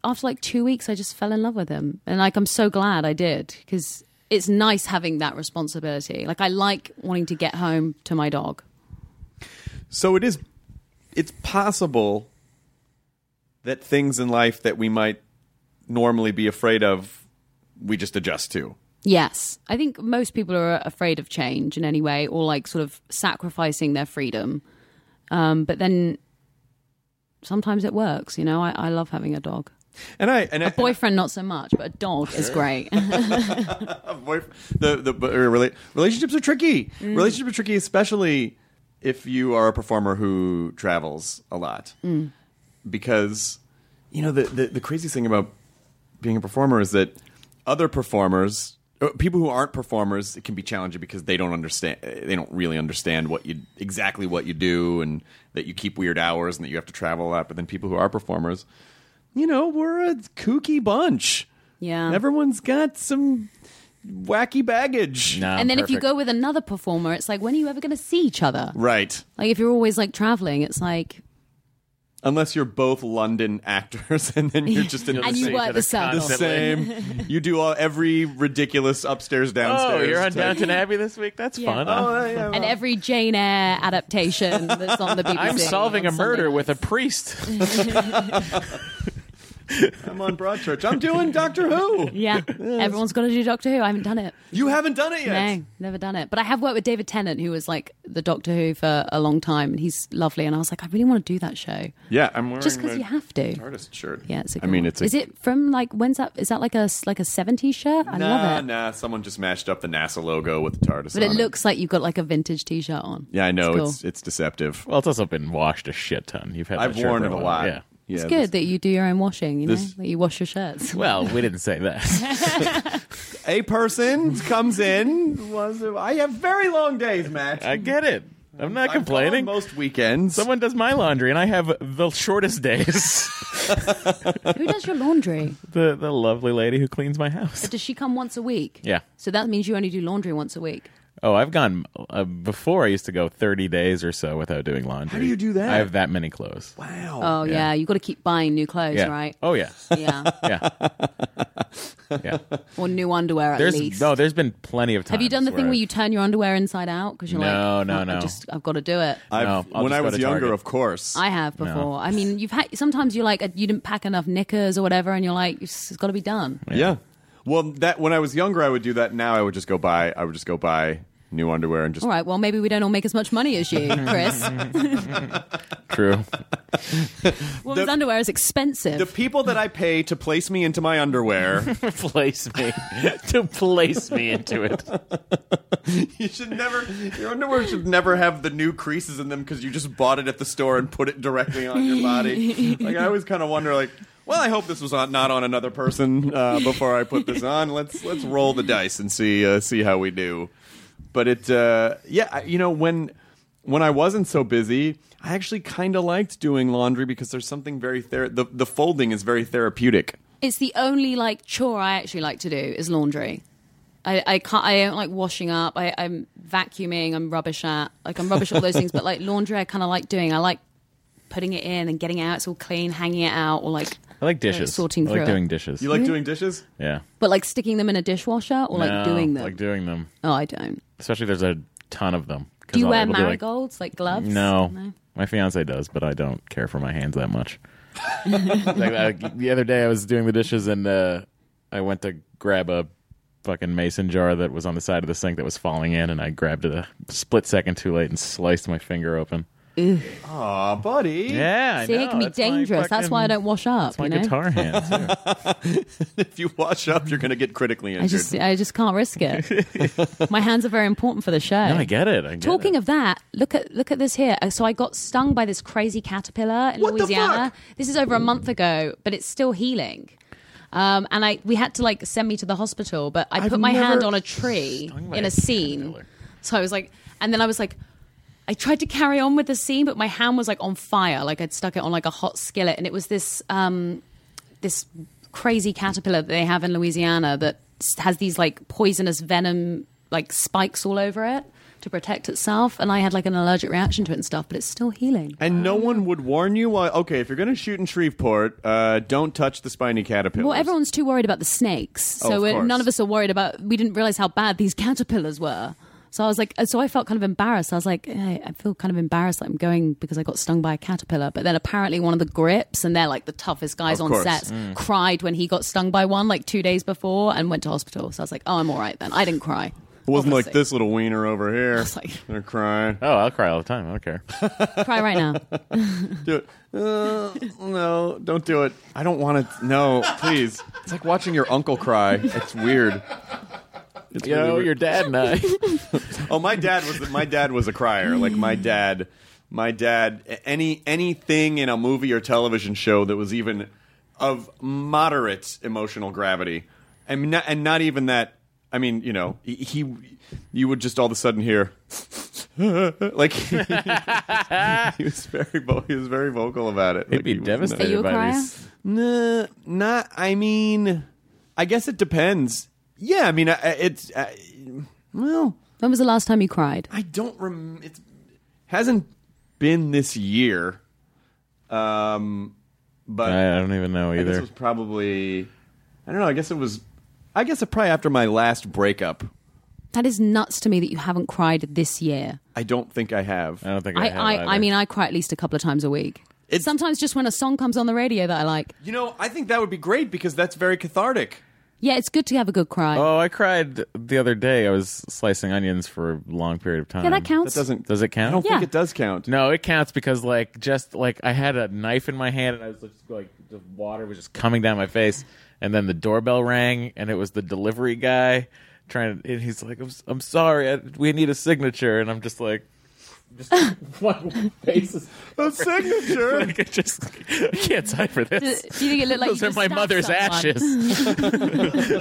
after like two weeks, I just fell in love with him, and like I'm so glad I did because it's nice having that responsibility. Like I like wanting to get home to my dog.
So it is. It's possible that things in life that we might normally be afraid of, we just adjust to.
Yes, I think most people are afraid of change in any way, or like sort of sacrificing their freedom. Um, but then sometimes it works. You know, I, I love having a dog.
And I and I,
Boyfriend, not so much, but a dog is great.
boy, the the but, uh, rela- relationships are tricky. Relationships are tricky, especially if you are a performer who travels a lot, because you know the, the the craziest thing about being a performer is that other performers. uh, People who aren't performers, it can be challenging because they don't understand. uh, They don't really understand what you exactly what you do, and that you keep weird hours, and that you have to travel a lot. But then people who are performers, you know, we're a kooky bunch.
yeah.
Everyone's got some wacky baggage.
Nah,
and then if you
perfect.
go with another performer, it's like, when are you ever going to see each other?
Right.
Like if you're always like traveling, it's like
Unless you're both London actors and then you're just in
And
the
you
same,
work the sub.
the same. You do all every ridiculous upstairs downstairs.
Oh, you're on
type-
Downton Abbey this week. That's
Yeah.
fun.
Oh, yeah, well,
and every Jane Eyre adaptation that's on the BBC.
I'm solving a
on Sunday
murder
night.
with a priest.
I'm on Broadchurch. I'm doing Doctor Who.
Yeah, everyone's got to do Doctor Who. I haven't done it.
You haven't done it yet.
No, never done it. But I have worked with David Tennant, who was like the Doctor Who for a long time, and he's lovely. And I was like, I really want to do that show,
Yeah, I'm wearing
just because
my
you have to.
artist shirt.
Yeah, it's
I
a good
mean,
one.
it's a,
is it from like when's that? Is that like a s- like a 70s shirt? I
nah,
love it,
nah. Someone just mashed up the NASA logo with the TARDIS.
but it
on
looks like you've got like a vintage T-shirt on.
Yeah, I know.
It's cool.
It's it's deceptive.
well, it's also been washed a shit ton. You've had.
I've
that shirt
worn
for
it a
while.
lot.
Yeah.
Yeah,
It's
this-
good that you do your own washing. You know,
This-
that you wash your shirts.
Well, we didn't say that.
a person comes in. Was I have very long days, Matt.
I get it. I'm not
I'm
complaining.
gone Most weekends,
Someone does my laundry, and I have the shortest days.
Who does your laundry?
the the lovely lady who cleans my house.
Does she come once a week?
Yeah.
So that means you only do laundry once a week.
Oh, I've gone uh, before. I used to go thirty days or so without doing laundry.
How do you do that?
I have that many clothes.
Wow.
Oh yeah, you got to keep buying new clothes,
yeah.
right?
Oh yeah.
Yeah,
Yeah. yeah.
or new underwear at
There's
least.
no. There's been plenty of times.
Have you done the thing
I've-
where you turn your underwear inside out because you're
No,
like,
no,
"Fuck,
no. Uh,
I just I've got to do it. I,
I've,
No, I'll
when I
just go
was
to
younger,
Target.
of course.
have before. I mean, you've had sometimes you're like you didn't pack enough knickers or whatever, and you're like, it's got to be done.
yeah. Well, that when I was younger, I would do that. Now I would just go buy. I would just go buy new underwear and just
All right, well maybe we don't all make as much money as you, Chris.
True.
Women's underwear is expensive.
the people that I pay to place me into my underwear.
place me to place me into it.
you should never. Your underwear should never have the new creases in them because you just bought it at the store and put it directly on your body. like I always kind of wonder, like. Well, I hope this was on, not on another person uh, before I put this on. Let's let's roll the dice and see uh, see how we do. But it, uh, yeah, I- you know when when I wasn't so busy, I actually kind of liked doing laundry because there's something very ther- the the folding is very therapeutic.
it's the only like chore I actually like to do is laundry. I, I can't. I don't like washing up. I, I'm vacuuming. I'm rubbish at like I'm rubbish at all those things. But like laundry, I kind of like doing. I like putting it in and getting it out. It's all clean, hanging it out, or like.
I like dishes.
sorting
I like
through it.
doing dishes.
You like doing dishes?
yeah.
But like sticking them in a dishwasher or like
No,
doing them.
Like doing them.
oh, I don't.
Especially if there's a ton of them. 'Cause
Do you
I'll-
wear
it'll be like-
marigolds like, gloves?
No. My fiance does, but I don't care for my hands that much. like, like, the other day I was doing the dishes and uh, I went to grab a fucking mason jar that was on the side of the sink that was falling in and I grabbed it a split second too late and sliced my finger open.
Aw, buddy.
Yeah, I
See,
know.
it can be
That's my
dangerous. That's why I
fucking-
don't wash up.
It's my
you know?
guitar hands. yeah.
If you wash up, you're going to get critically
I
injured.
just, I just can't risk it. my hands are very important for the show.
No, I get it. I get
Talking
it.
of that, look at look at this here. Uh, So I got stung by this crazy caterpillar in
What the
Louisiana.
fuck?
This is over a month ago, but it's still healing. Um, and I we had to like send me to the hospital, but I
I've
put my
never-
hand on a tree in a scene. So I was like, and then I was like, I tried to carry on with the scene, but my hand was like on fire, like I'd stuck it on like a hot skillet, and it was this um, this crazy caterpillar that they have in Louisiana that s- has these like poisonous venom like spikes all over it to protect itself, and I had like an allergic reaction to it and stuff, but it's still healing.
and no one would warn you. Why? Okay, if you're going to shoot in Shreveport, uh, don't touch the spiny caterpillar.
Well, everyone's too worried about the snakes,
Oh,
so
of
we're-
course.
none of us are worried about. We didn't realize how bad these caterpillars were. So I was like, uh, so I felt kind of embarrassed. I was like, hey, I feel kind of embarrassed that I'm going because I got stung by a caterpillar. But then apparently one of the grips, and they're like the toughest guys
Of
on
course.
sets, cried when he got stung by one like two days before and went to hospital. So I was like, oh, I'm all right then. I didn't cry.
It wasn't like
Obviously.
this little wiener over here.
was like-
They're crying.
Oh, I'll cry all the time. I don't care.
Cry right now.
Do it. Uh, no, don't do it. I don't want to. No, please. It's like watching your uncle cry. It's weird. It's
you
really
know,
weird.
your dad and I.
Oh, my dad was my dad was a crier. Like my dad, my dad. Any anything in a movie or television show that was even of moderate emotional gravity, and not, and not even that. I mean, you know, he, he you would just all of a sudden hear like he, was very vo- he was very vocal about it.
He'd
Like,
be
he was
devastated
Are you a
by
crier?
these.
Nah, not. I mean, I guess it depends. Yeah, I mean, I, I- it's I, well.
when was the last time you cried?
I don't rem. It hasn't been this year. Um, but
I I don't even know
I guess it
either.
was probably. I don't know. I guess it was. I guess it probably after my last breakup.
That is nuts to me that you haven't cried this year.
I don't think I have.
I don't think I,
I,
have
I,
either.
I mean, I cry at least a couple of times a week.
It's-
Sometimes just when a song comes on the radio that I like.
you know, I think that would be great because that's very cathartic.
Yeah, it's good to have a good cry.
Oh, I cried the other day. I was slicing onions for a long period of time.
yeah, that
That
counts.
doesn't.
Does it count?
I don't
Yeah.
think it does count.
No, it counts because like just like I had a knife in my hand and I was just like the water was just coming down my face and then the doorbell rang and it was the delivery guy trying to and he's like I'm, I'm sorry I, we need a signature and I'm just like just my face is
A signature.
like, I just I can't sign for
Do,
this.
do you think it looked like
Those
you
are
just
my
stabbed
mother's
someone?
ashes.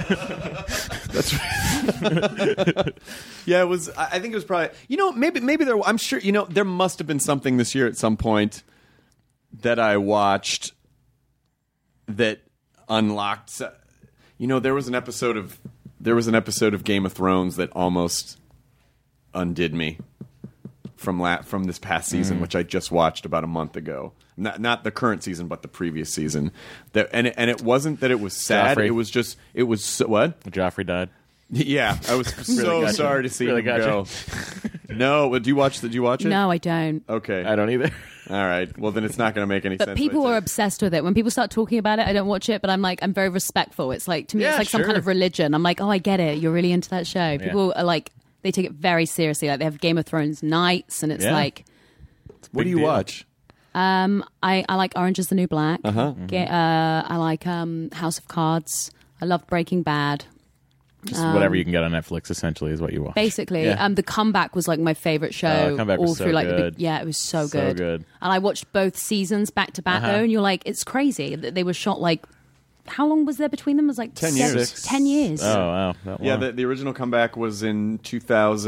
Yeah, it was. I I think it was probably. You know, maybe maybe there. I'm sure. You know, there must have been something this year at some point that I watched that unlocked. uh, s- You know, there was an episode of there was an episode of Game of Thrones that almost undid me from la- from this past
Mm.
season, which I just watched about a month ago. Not not the current season, but the previous season. That and it, and it wasn't that it was sad.
Joffrey.
It was just it was so, what?
Joffrey died.
Yeah, I was so
got you.
sorry to see
Really
him
got you.
go. no, but do you watch? Did you watch it?
No, I don't.
Oh,
Okay.
I don't either.
All right. Well, then it's not going to make any
But
sense.
people
what I
are
said.
obsessed with it. When people start talking about it, I don't watch it, but I'm like, I'm very respectful. It's like, to me,
Yeah,
it's like some
sure.
kind of religion. I'm like, oh, I get it. You're really into that show. People are like, they take it very seriously. Like, they have Game of Thrones nights, and it's
Yeah.
like,
What do
Big
you
deal.
watch?
um, I, I like Orange is the New Black. Uh-huh. uh, I like um, House of Cards. I love Breaking Bad.
Just whatever you can get on Netflix, essentially, is what you watch.
Basically,
Yeah.
um, the comeback was like my favorite
Oh,
show.
The Comeback
all
was so
through, like, the
good.
big- yeah, it was so
So
good.
good. Uh-huh.
And I watched both seasons back to back though, and you're like, it's crazy that they were shot like. How long was there between them? It was like
10
seven-
years.
Ten years.
Oh wow, that
Yeah,
one.
the, the original comeback was in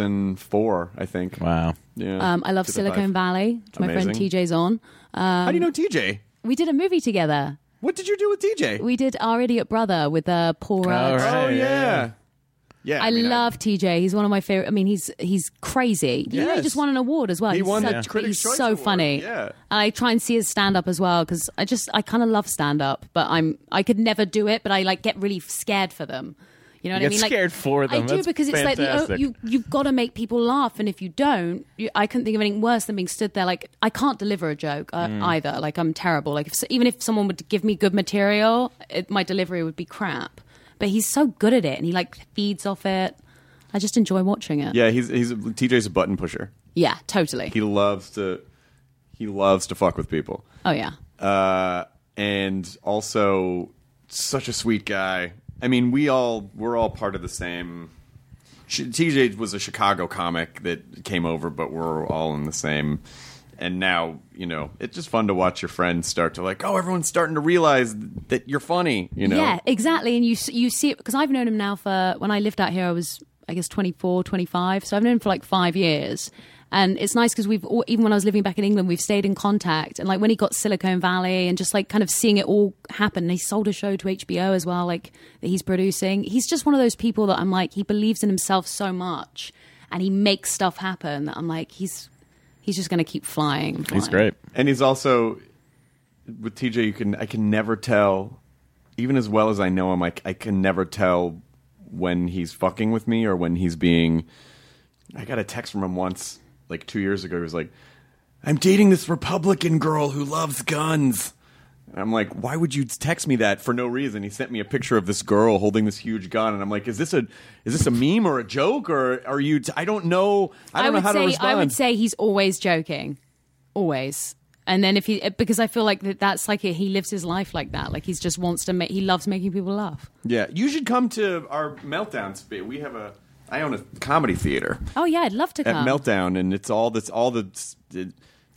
2004, I think.
wow.
Yeah.
Um, I love
Valley.
Silicon Valley. which My friend
Amazing.
TJ's on.
How do you know TJ?
We did a movie together.
What did you do with TJ?
We did Our Idiot Brother with uh, Paul
All
Rudd.
right.
oh yeah, yeah.
I,
mean,
love TJ. He's one of my favorite. I mean, he's he's crazy. You know, he
Yes.
just won an award as well.
He
he's
won the
such-
Critics'
He's
Choice
so
Award.
funny.
Yeah.
and I try and see his stand up as well because I just I kind of love stand up, but I'm I could never do it. But I like get really scared for them. You know what
You
I
get
mean?
scared
like,
for them.
I do
That's
because it's like the, oh,
fantastic.
you you've got to make people laugh, and if you don't, you, I couldn't think of anything worse than being stood there like I can't deliver a joke uh,
Mm.
either. Like I'm terrible. Like if so- even if someone would give me good material, it, my delivery would be crap. But he's so good at it, and he like feeds off it. I just enjoy watching it.
Yeah, he's he's TJ's a button pusher.
Yeah, totally.
He loves to he loves to fuck with people,
oh yeah.
uh, and also such a sweet guy. I mean, we all we're all part of the same. Sh- TJ was a Chicago comic that came over, but we're all in the same. And now, you know, it's just fun to watch your friends start to like, oh, everyone's starting to realize that you're funny. You know,
Yeah, exactly. And you s- you see it because I've known him now for when I lived out here, I was I guess 24, 25. So I've known him for like five years. And it's nice because we've all, even when I was living back in England, we've stayed in contact. And like when he got Silicon Valley and just like kind of seeing it all happen, and he sold a show to HBO as well, like that he's producing. He's just one of those people that I'm like, he believes in himself so much, and he makes stuff happen. That I'm like, he's he's just going to keep flying. and
He's
flying.
great.
and he's also with TJ. You can I can never tell, even as well as I know him. I I can never tell when he's fucking with me or when he's being. I got a text from him once, like two years ago. He was like, "I'm dating this Republican girl who loves guns." And I'm like, why would you text me that for no reason? He sent me a picture of this girl holding this huge gun, and I'm like, is this a is this a meme or a joke or are you? T- I don't know. I don't know
would
how
say
to respond.
I would say he's always joking, always. And then if he because I feel like that that's like he lives his life like that. Like he just wants to make he loves making people laugh.
Yeah, you should come to our meltdown space. We have a I own a comedy theater
Oh yeah, I'd love to
at
come.
Meltdown, and it's all that's all the it,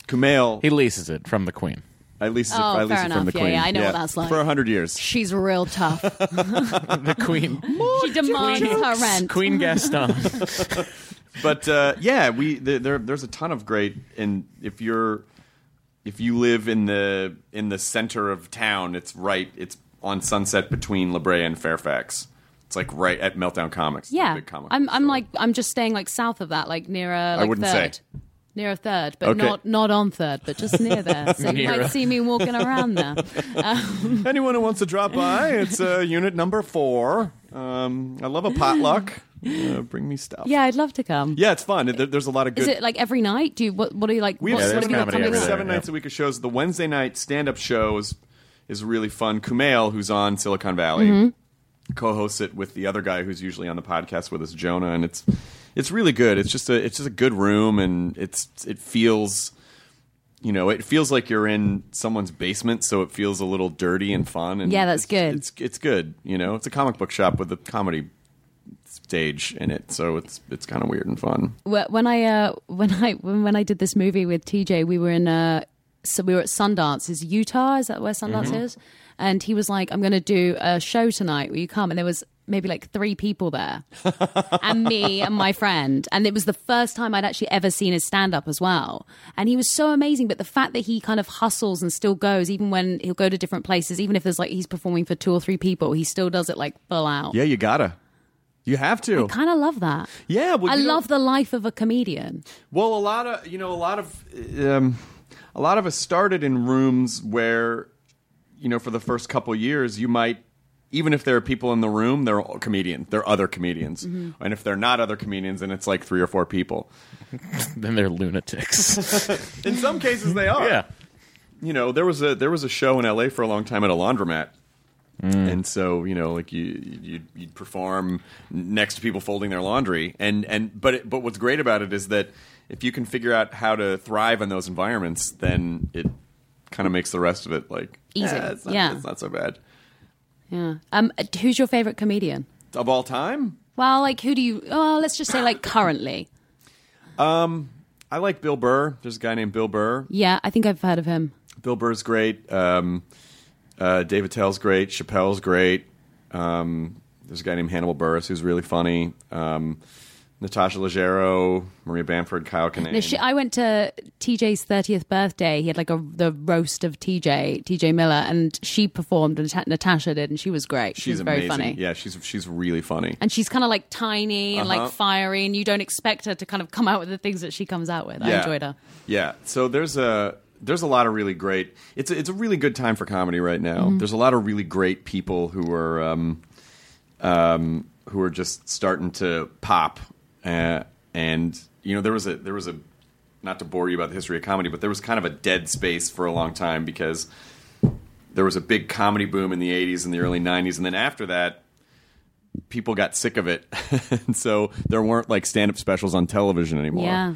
Kumail.
He leases it from the Queen.
I leased it,
Oh,
I leased
fair
it from
enough.
the
Yeah,
Queen.
yeah, I know what that's like.
for a hundred years.
She's real tough.
The Queen.
Oh,
she demands her rent.
Queen Gaston.
But uh, yeah, we there, there there's a ton of great, and if you're if you live in the in the center of town, it's right. It's on Sunset between La Brea and Fairfax. It's like right at Meltdown Comics. It's a
Yeah,
big comic
I'm
book
I'm
store.
like I'm just staying like south of that, like near a like
wouldn't say.
third. Near a third, but
Okay.
not not on third, but just near there. So you
Near a-
might see me walking around there.
Anyone who wants to drop by, it's uh, unit number four. Um, I love a potluck. Uh, bring me stuff.
Yeah, I'd love to come.
Yeah, it's fun. There- There's a lot of good.
Is it like every night? Do you what? What are you like?
we have
what-
Yeah,
seven,
what have you
there's
got
comedy
coming
every
up?
day.
seven nights a week of shows. The Wednesday night stand up shows is really fun. Kumail, who's on Silicon Valley, co hosts it with the other guy who's usually on the podcast with us, Jonah, and it's it's really good. It's just a it's just a good room and it's it feels you know, it feels like you're in someone's basement, so it feels a little dirty and fun. And
Yeah, that's
it's,
good.
It's it's good. You know, it's a comic book shop with a comedy stage in it, so it's it's kind of weird and fun.
Wh- when I uh, when I when, when I did this movie with TJ, we were in uh, so we were at Sundance. Is Utah? Is that where Sundance
Mm-hmm.
is? And he was like, "I'm going to do a show tonight. Will you come?" And there was maybe like three people there, and me and my friend. And it was the first time I'd actually ever seen his stand up as well. And he was so amazing. But the fact that he kind of hustles and still goes, even when he'll go to different places, even if there's like he's performing for two or three people, he still does it like full out.
Yeah, you gotta. You have to.
Kind of love that.
Yeah, well,
I
you know-
love the life of a comedian.
Well, a lot of you know, a lot of um, a lot of us started in rooms where, you know, for the first couple years, you might even if there are people in the room, they're all comedians, they're other comedians, and if they're not other comedians, then it's like three or four people.
then they're lunatics.
In some cases, they are.
yeah.
You know, there was a there was a show in L.A. for a long time at a laundromat. And so you know, like you, you'd, you'd perform next to people folding their laundry, and and but it, but what's great about it is that if you can figure out how to thrive in those environments, then it kind of makes the rest of it like
Easy.
"Eh, it's not,
Yeah.
it's not so bad.
Yeah. Um, who's your favorite comedian?
Of all time,
Well, like who do you? Oh, let's just say like currently.
I like Bill Burr. There's a guy named Bill Burr.
Yeah, I think I've heard of him.
Bill Burr's great. Um, uh, David Tell's great. Chappelle's great. Um, there's a guy named Hannibal Burris who's really funny. Um, Natasha Leggero, Maria Bamford, Kyle Kinane.
No, she, I went to TJ's thirtieth birthday. He had like a the roast of TJ TJ Miller, and she performed, and Nat- Natasha did, and she was great. she
she's
was very
amazing.
funny.
Yeah, Uh-huh. she's she's really funny.
And she's kind of like tiny and like fiery, and you don't expect her to kind of come out with the things that she comes out with. I
Yeah.
enjoyed uh, her.
Yeah. So there's a there's a lot of really great. It's a, it's a really good time for comedy right now.
Mm-hmm.
There's a lot of really great people who are um, um, who are just starting to pop. Uh, and you know there was a there was a not to bore you about the history of comedy, but there was kind of a dead space for a long time because there was a big comedy boom in the 80s and the early 90s and then after that people got sick of it and so there weren't like stand-up specials on television anymore
Yeah.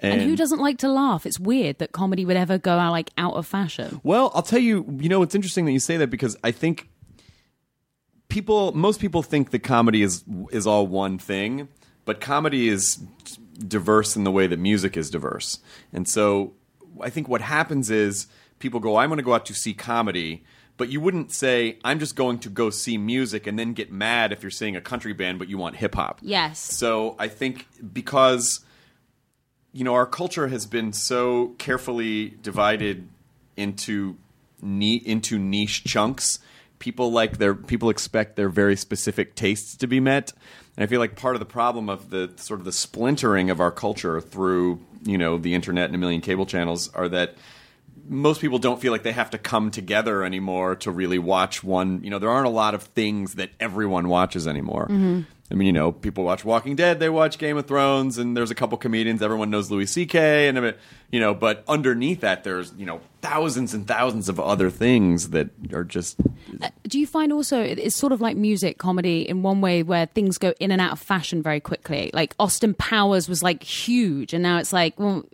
and,
And who doesn't like to laugh? It's weird that comedy would ever go out like out of fashion.
Well, I'll tell you, you know, it's interesting that you say that because I think people most people think that comedy is is all one thing, but comedy is diverse in the way that music is diverse. And so I think what happens is people go, "I'm going to go out to see comedy." But you wouldn't say, "I'm just going to go see music," and then get mad if you're seeing a country band, but you want hip hop.
Yes.
So I think because you know our culture has been so carefully divided into ni- into niche chunks, people like their people expect their very specific tastes to be met, and I feel like part of the problem of the sort of the splintering of our culture through you know the internet and a million cable channels are that most people don't feel like they have to come together anymore to really watch one. You know, there aren't a lot of things that everyone watches anymore. I mean, you know, people watch Walking Dead, they watch Game of Thrones, and there's a couple comedians. Everyone knows Louis C.K. and a bit- you know, but underneath that, there's you know thousands and thousands of other things that are just
Do you find also it- it's sort of like music comedy in one way where things go in and out of fashion very quickly? Like Austin Powers was like huge, and now it's like well,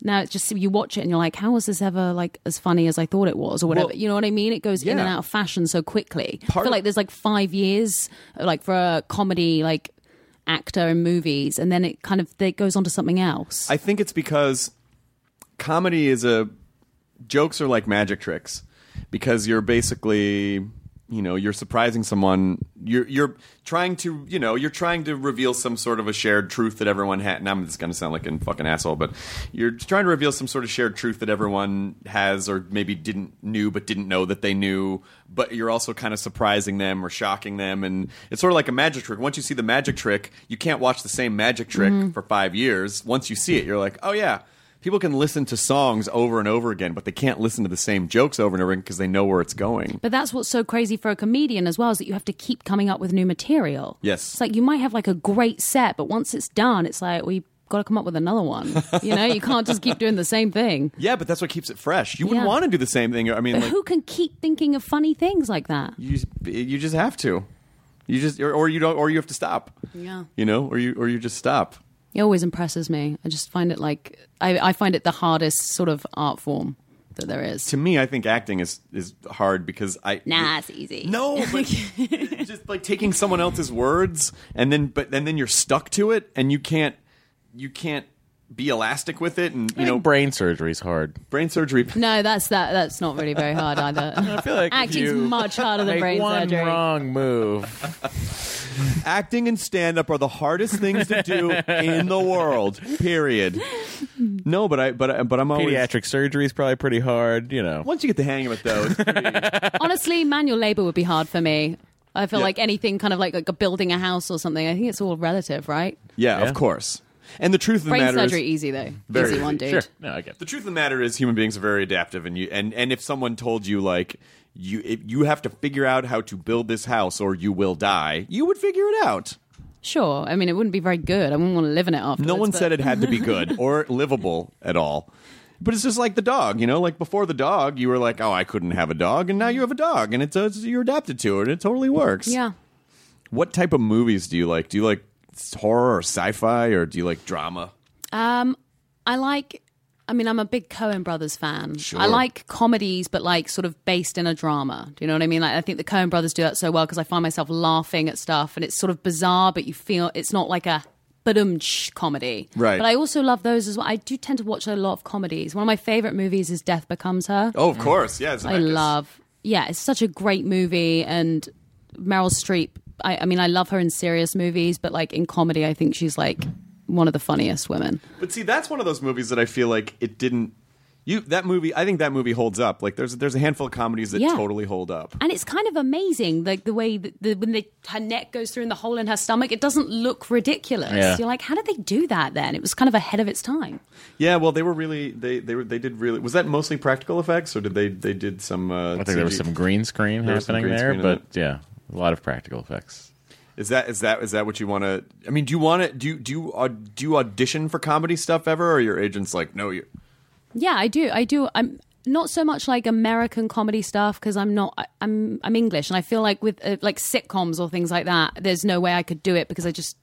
now it's just you watch it and you're like, how was this ever like as funny as I thought it was, or whatever?
Well,
you know what I mean? It goes in
yeah.
and out of fashion so quickly. I
Part of-
feel like there's like five years, like for a comedy like actor in movies, and then it kind of it goes on to something else.
I think it's because comedy is a jokes are like magic tricks because you're basically you know you're surprising someone you're you're trying to you know you're trying to reveal some sort of a shared truth that everyone had now I'm just going to sound like a fucking asshole but you're trying to reveal some sort of shared truth that everyone has or maybe didn't knew but didn't know that they knew but you're also kind of surprising them or shocking them and it's sort of like a magic trick once you see the magic trick you can't watch the same magic trick for 5 years once you see it you're like oh yeah People can listen to songs over and over again, but they can't listen to the same jokes over and over again because they know where it's going.
But that's what's so crazy for a comedian as well is that you have to keep coming up with new material.
Yes.
It's like you might have like a great set, but once it's done, it's like, well, you've got to come up with another one. You know, you can't just keep doing the same thing.
Yeah, but that's what keeps it fresh. You wouldn't
Yeah.
want to do the same thing. I mean,
But
like,
who can keep thinking of funny things like that?
you you just have to. You just or, or you don't or you have to stop.
Yeah.
You know, or you or you just stop.
It always impresses me. I just find it like, I, I find it the hardest sort of art form that there is.
To me, I think acting is is hard because I
Nah, it's easy.
No, but just like taking someone else's words and then but and then you're stuck to it and you can't you can't be elastic with it and you know
brain surgery's hard.
brain surgery
No, that's that. That's not really very hard either. I
feel like if
acting's
you
much harder than
Make
brain
one
surgery.
wrong move.
acting and stand up are the hardest things to do in the world. Period. No, but I but I, but I'm always
Pediatric surgery's probably pretty hard. You know,
once you get the hang of it though. It's pretty,
Honestly, manual labor would be hard for me. I feel
Yeah.
like anything kind of like, like building a house or something. I think it's all relative, right?
Yeah,
Yeah.
of course. And the truth of the
Brain
matter
surgery,
is,
easy though.
Very
easy, one,
easy.
dude.
Sure. No, I get
the
it.
truth of the matter is human beings are very adaptive and you and, and if someone told you like you if you have to figure out how to build this house or you will die you would figure it out
Sure. I mean, it wouldn't be very good. I wouldn't want to live in it after.
no one said it had to be good or livable at all but it's just like the dog you know like before the dog you were like oh i couldn't have a dog and now you have a dog and it's uh, you're adapted to it and it totally works
Yeah.
what type of movies do you like do you like horror or sci-fi or do you like drama
Um, I like. I mean, I'm a big Cohen Brothers fan.
Sure.
I like comedies, but like sort of based in a drama. Do you know what I mean? Like, I think the Cohen Brothers do that so well because I find myself laughing at stuff, and it's sort of bizarre, but you feel it's not like a badumch comedy.
Right.
But I also love those as well. I do tend to watch a lot of comedies. One of my favorite movies is Death Becomes Her.
oh of course yeah
Mm. I love. Yeah, it's such a great movie, and Meryl Streep. I, I mean, I love her in serious movies, but like in comedy, I think she's like one of the funniest women.
But see, that's one of those movies that I feel like it didn't. You that movie, I think that movie holds up. Like there's there's a handful of comedies that
Yeah.
totally hold up.
and it's kind of amazing like the way that the, when the, her neck goes through and the hole in her stomach it doesn't look ridiculous
Yeah.
you're like how did they do that then it was kind of ahead of its time
Yeah, well, they were really they they were they did really. Was that mostly practical effects, or did they they did some? Uh,
I think there was some green screen
There was some
happening
green
there,
screen in
but yeah, a lot of practical effects.
Is that is that is that what you want to? I mean, do you want to do you- do you, uh, do you audition for comedy stuff ever, or your agent's like, no, you.
yeah i do i do i'm not so much like american comedy stuff because i'm not I, i'm i'm english and i feel like with uh, like sitcoms or things like that there's no way i could do it because i just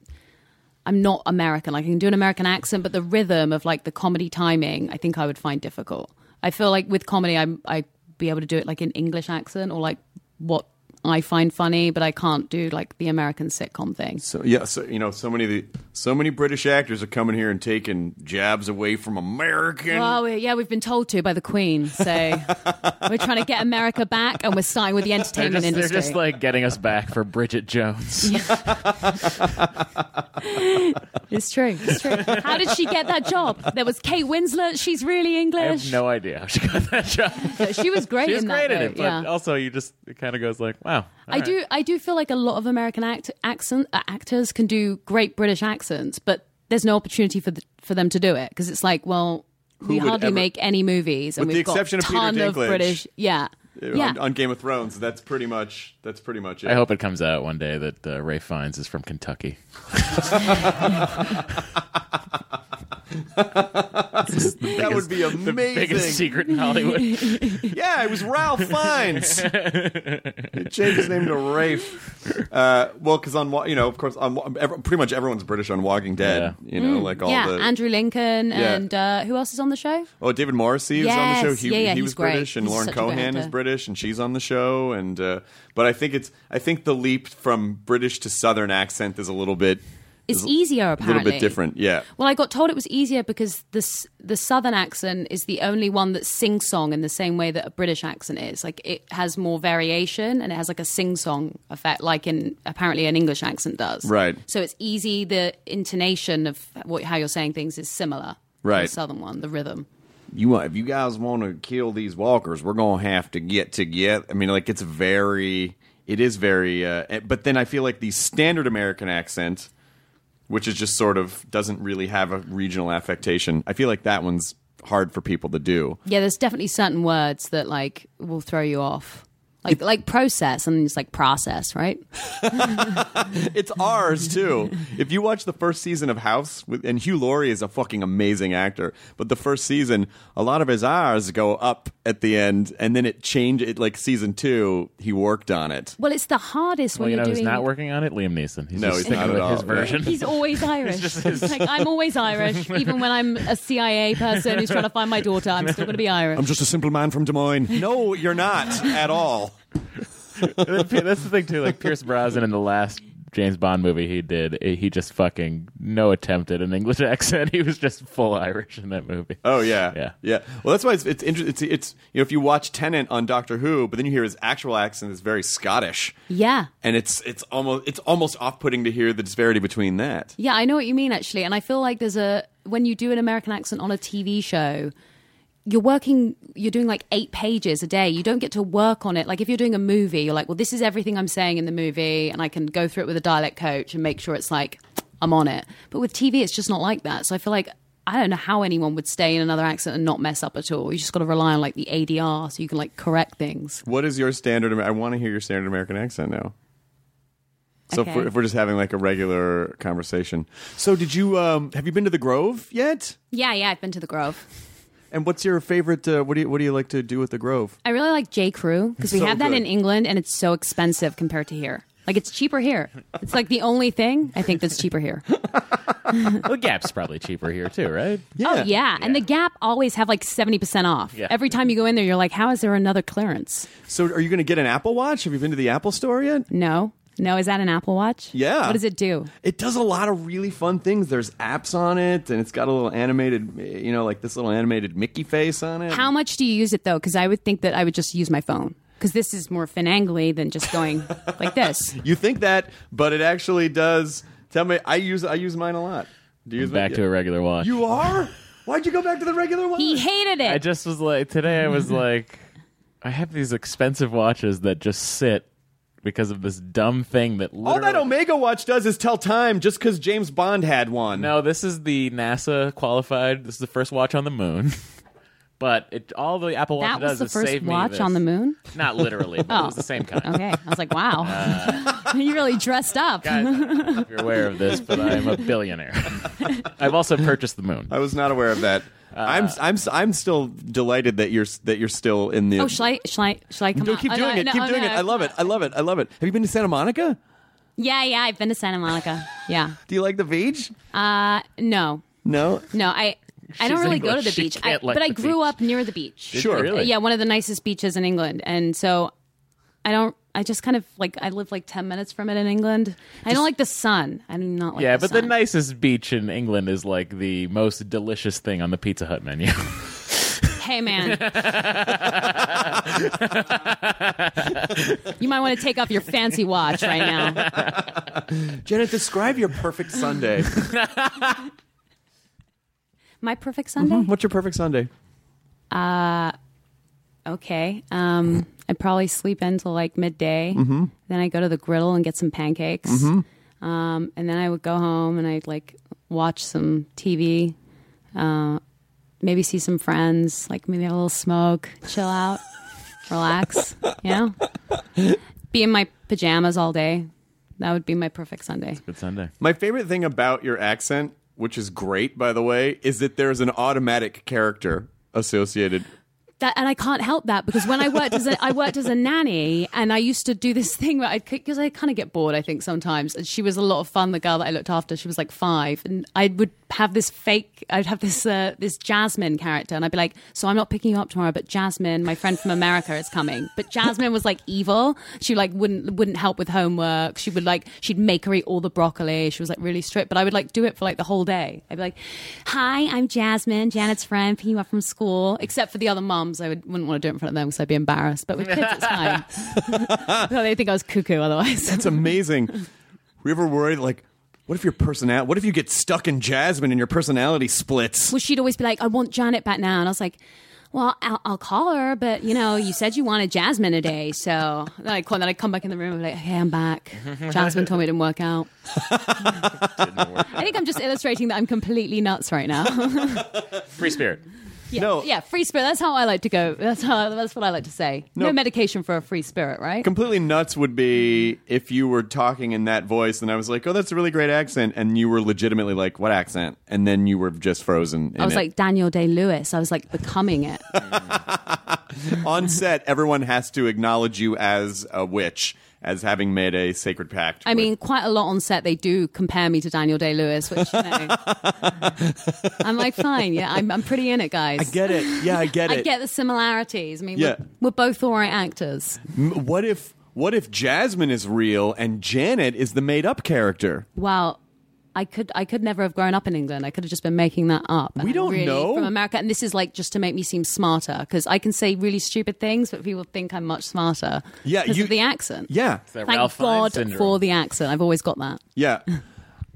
i'm not american like i can do an american accent but the rhythm of like the comedy timing i think i would find difficult i feel like with comedy i'm i'd be able to do it like in english accent or like what i find funny but i can't do like the american sitcom thing
So yeah, so you know, so many of the so many British actors are coming here and taking jabs away from American.
Well, we, yeah, we've been told to by the Queen. So we're trying to get America back, and we're starting with the
They're
entertainment
just, they're
industry.
just like getting us back for Bridget Jones.
It's true. It's true. How did she get that job? There was Kate Winslet. She's really
I
English.
have no idea how she got that job.
she was great
She was
in
great
that.
at
though,
it, but oh,
yeah.
also you just it kind of goes like, wow. all
I
right.
do. I do feel like a lot of American act, accent uh, actors can do great British accents, but there's no opportunity for the, for them to do it because it's like, well, we
would
hardly
ever-
make any movies, and
With the
we've got
exception of Peter
ton of
Dinklage.
British. Yeah, yeah.
On, on Game of Thrones, that's pretty much that's pretty much it.
I hope it comes out one day that uh, Ray Fiennes is from Kentucky.
that would be amazing.
Biggest secret in Hollywood.
Yeah, it was Ralph Fiennes. he changed his name to Rafe. Uh, well, because on Wa- you know, of course, on Wa- ev- pretty much everyone's British on Walking Dead. You know, like all
Mm, yeah,
the
Andrew Lincoln
Yeah.
and uh, who else is on the show?
oh, David Morrissey was on the show.
Yes,
He,
yeah, yeah,
he
he's
was
great.
British, and
He's
Lauren
such a great
Cohan is
actor.
British, and she's on the show. And uh, but I think it's I think the leap from British to Southern accent is a little bit
It's
is a-
easier,
a little
apparently.
bit different. Yeah,
Well, I got told it was easier because the s- the Southern accent is the only one that sing song in the same way that a British accent is. Like it has more variation and it has like a sing song effect, like in apparently an English accent does.
Right.
So it's easy. The intonation of what, how you're saying things is similar. to
Right.
The Southern one, the rhythm.
you want if you guys want to kill these walkers, we're gonna have to get together. I mean, like it's very, it is very. Uh, eh, but then I feel like the standard American accent, which is just sort of doesn't really have a regional affectation. I feel like that one's hard for people to do.
Yeah, there's definitely certain words that like will throw you off. Like like process and it's like process, right?
It's ours too. if you watch the first season of House, with, and Hugh Laurie is a fucking amazing actor, but the first season, a lot of his R's go up at the end, and then it changed. It like season two, he worked on it.
Well, it's the hardest
well,
when
you know,
are
who's
doing
not working on it? Liam Neeson. He's
No,
just
he's
sticking
not
with
at
his
all.
version.
He's always Irish.
just
He's like, I'm always Irish. Even when I'm a CIA person who's trying to find my daughter, I'm still going to be Irish.
I'm just a simple man from Des Moines. No, you're not at all.
That's the thing too. Like Pierce Brosnan in the last James Bond movie he did, eh, he just fucking no attempt at an English accent. He was just full Irish in that movie.
Oh yeah,
Yeah.
yeah. Well, that's why it's it's inter- it's, it's you know if you watch Tennant on Doctor Who, but then you hear his actual accent is very Scottish,
yeah.
and it's it's almost it's almost off putting to hear the disparity between that.
Yeah, I know what you mean, actually. And I feel like there's a, when you do an American accent on a TV show, you're working you're doing like eight pages a day you don't get to work on it like if you're doing a movie you're like well this is everything i'm saying in the movie and i can go through it with a dialect coach and make sure it's like i'm on it but with tv it's just not like that so i feel like i don't know how anyone would stay in another accent and not mess up at all you just got to rely on like the adr so you can like correct things
What is your standard? Amer- I want to hear your standard American accent now. So if,
Okay.
we're, if we're just having like a regular conversation, so did you um, have you been to the Grove yet?
yeah yeah i've been to the grove
And what's your favorite? Uh, what do you what do you like to do with the Grove?
i really like j crew because we
So
have that
good.
in england and it's so expensive compared to here like it's cheaper here it's like the only thing i think that's cheaper here
The Gap's probably cheaper here too, right?
Oh yeah. and the Gap always have like seventy percent off.
Yeah.
Every time you go in there, you're like, "How is there another clearance?"
So are you going to get an Apple Watch? Have you been to the Apple Store yet?
No, no. Is that an Apple Watch?
Yeah.
What does it do?
It does a lot of really fun things. There's apps on it, and it's got a little animated, you know, like this little animated Mickey face on it.
How much do you use it though? Because I would think that I would just use my phone because this is more finagly than just going like this.
You think that, but it actually does. Tell me, I use I use mine a lot. Do you use
Back
mine?
to a regular watch.
You are? Why'd you go back to the regular one?
He hated it.
I just was like today. I was like, I have these expensive watches that just sit because of this dumb thing that
All that
literally-
Omega watch does is tell time just because James Bond had one.
No, this is the NASA qualified. This is the first watch on the moon. But it, all the Apple
that
Watch
was
does
the
is
first
save me
watch
this.
on the moon. Oh.
Not literally, but it was the same kind. Uh.
Okay, I was like, "Wow, you really dressed up."
Guys, I don't know if you're aware of this, but I'm a billionaire. I've also purchased the moon.
I was not aware of that. I'm I'm I'm still delighted that you're that you're still in the.
Oh, shall I? Shall I? Shall I come?
no,
out?
keep
Oh,
doing it.
no,
keep
oh,
doing
no.
it. I love it. I love it. I love it. Have you been to Santa Monica?
Yeah, yeah. I've been to Santa Monica. Yeah.
Do you like the beach?
Uh, no.
No.
No, I I don't
She's
really go to
English.
the
She
beach, I,
can't like
but I
the
grew
beach.
up near the beach.
Did you
Sure.
really?
Yeah, one of the nicest beaches in England, and so I don't. I just kind of like I live like ten minutes from it in England. I don't like the sun. I do not like.
Yeah,
the
but the
sun.
nicest beach in England is like the most delicious thing on the Pizza Hut menu.
Hey man, you might want to take off your fancy watch right now.
Jenna, describe your perfect Sunday.
My perfect Sunday.
What's your perfect Sunday?
Okay. Um, I probably sleep in till like midday. Then I go to the griddle and get some pancakes. Um, and then I would go home and I'd like watch some TV, uh, maybe see some friends, like maybe have a little smoke, chill out, relax, you know? Be in my pajamas all day. That would be my perfect Sunday.
Good Sunday.
My favorite thing about your accent, which is great by the way, is that there's an automatic character associated.
that and I can't help that because when I worked as a, I worked as a nanny and I used to do this thing where I because I kind of get bored I think sometimes and she was a lot of fun the girl that I looked after she was like five and I would have this fake I'd have this uh, this Jasmine character and I'd be like so I'm not picking you up tomorrow but Jasmine my friend from America is coming but Jasmine was like evil she like wouldn't wouldn't help with homework she would like she'd make her eat all the broccoli she was like really strict but I would like do it for like the whole day I'd be like hi I'm Jasmine Janet's friend picking you up from school except for the other mums I would, wouldn't want to do it in front of them because I'd be embarrassed but with kids it's fine no, they think I was cuckoo otherwise
It's amazing. Were you ever worried like what if your personality what if you get stuck in Jasmine and your personality splits?
well she'd always be like I want Janet back now and I was like well, I'll, I'll call her, but you know, you said you wanted Jasmine today, so then I call, then I come back in the room and be like, "Hey, I'm back." Jasmine told me it didn't work out. I think I'm just illustrating that I'm completely nuts right now.
Free spirit.
yeah,
No.
yeah, free spirit. That's how I like to go. That's how. That's what I like to say. No, medication for a free spirit, right?
Completely nuts would be if you were talking in that voice and I was like, "Oh, that's a really great accent." And you were legitimately like, "What accent?" And then you were just frozen. in
I was
it.
like Daniel Day Lewis. I was like becoming it.
on set, everyone has to acknowledge you as a witch, as having made a sacred pact.
I
with-
mean, quite a lot on set. They do compare me to Daniel Day Lewis, which you know, I'm like, fine, yeah, I'm, I'm pretty in it, guys.
I get it. Yeah, I get
I
it.
get the similarities. I mean,
Yeah.
we're, we're both all right actors.
M- What if what if Jasmine is real and Janet is the made up character?
Well, I could I could never have grown up in England. I could have just been making that up. And
We
I'm
don't
really
know.
from America, and this is like just to make me seem smarter because I can say really stupid things, but people think I'm much smarter.
Yeah,
because
you-
of the accent.
Yeah.
That
Thank
Ralph Fiennes
God
syndrome.
for the accent. I've always got that.
Yeah.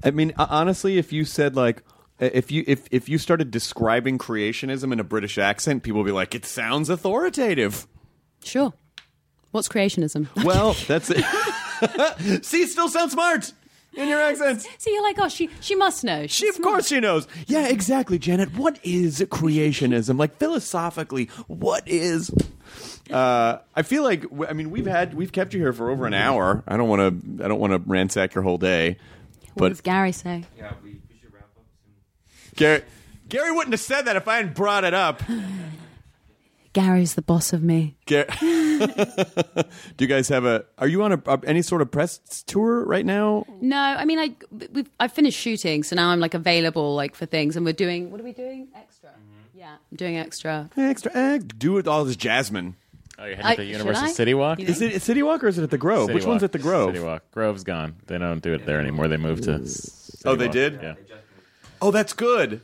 I mean, uh, honestly, if you said like if you if if you started describing creationism in a British accent, people would be like, "It sounds authoritative."
Sure. What's creationism?
Well, that's it. See, still sounds smart in your accent.
so you're like, oh, she she must know.
She, of course, she knows. Yeah, exactly, Janet. What is creationism? Like philosophically, what is? Uh, I feel like w- I mean we've had we've kept you here for over an hour. I don't want to I don't want to ransack your whole day,
What
but
does Gary say?
Gary Gary wouldn't have said that if I hadn't brought it up.
Gary's the boss of me.
Gar- Do you guys have a? Are you on a, uh any sort of press tour right now?
No, I mean, I we've, I finished shooting, so now I'm like available like for things, and we're doing. What are we doing? Extra.
Mm-hmm.
Yeah, I'm doing extra.
Extra, eh, do it all this Jasmine.
Oh, you
I-
headed to
should
Universal
I?
City Walk?
You
Is it at City Walk or is it at the Grove?
City
Which one's
Walk.
at the Grove?
City Walk. Grove's gone. They don't do it there anymore. They moved to. City
Oh, they
Walk.
did?
Yeah.
Oh, that's good.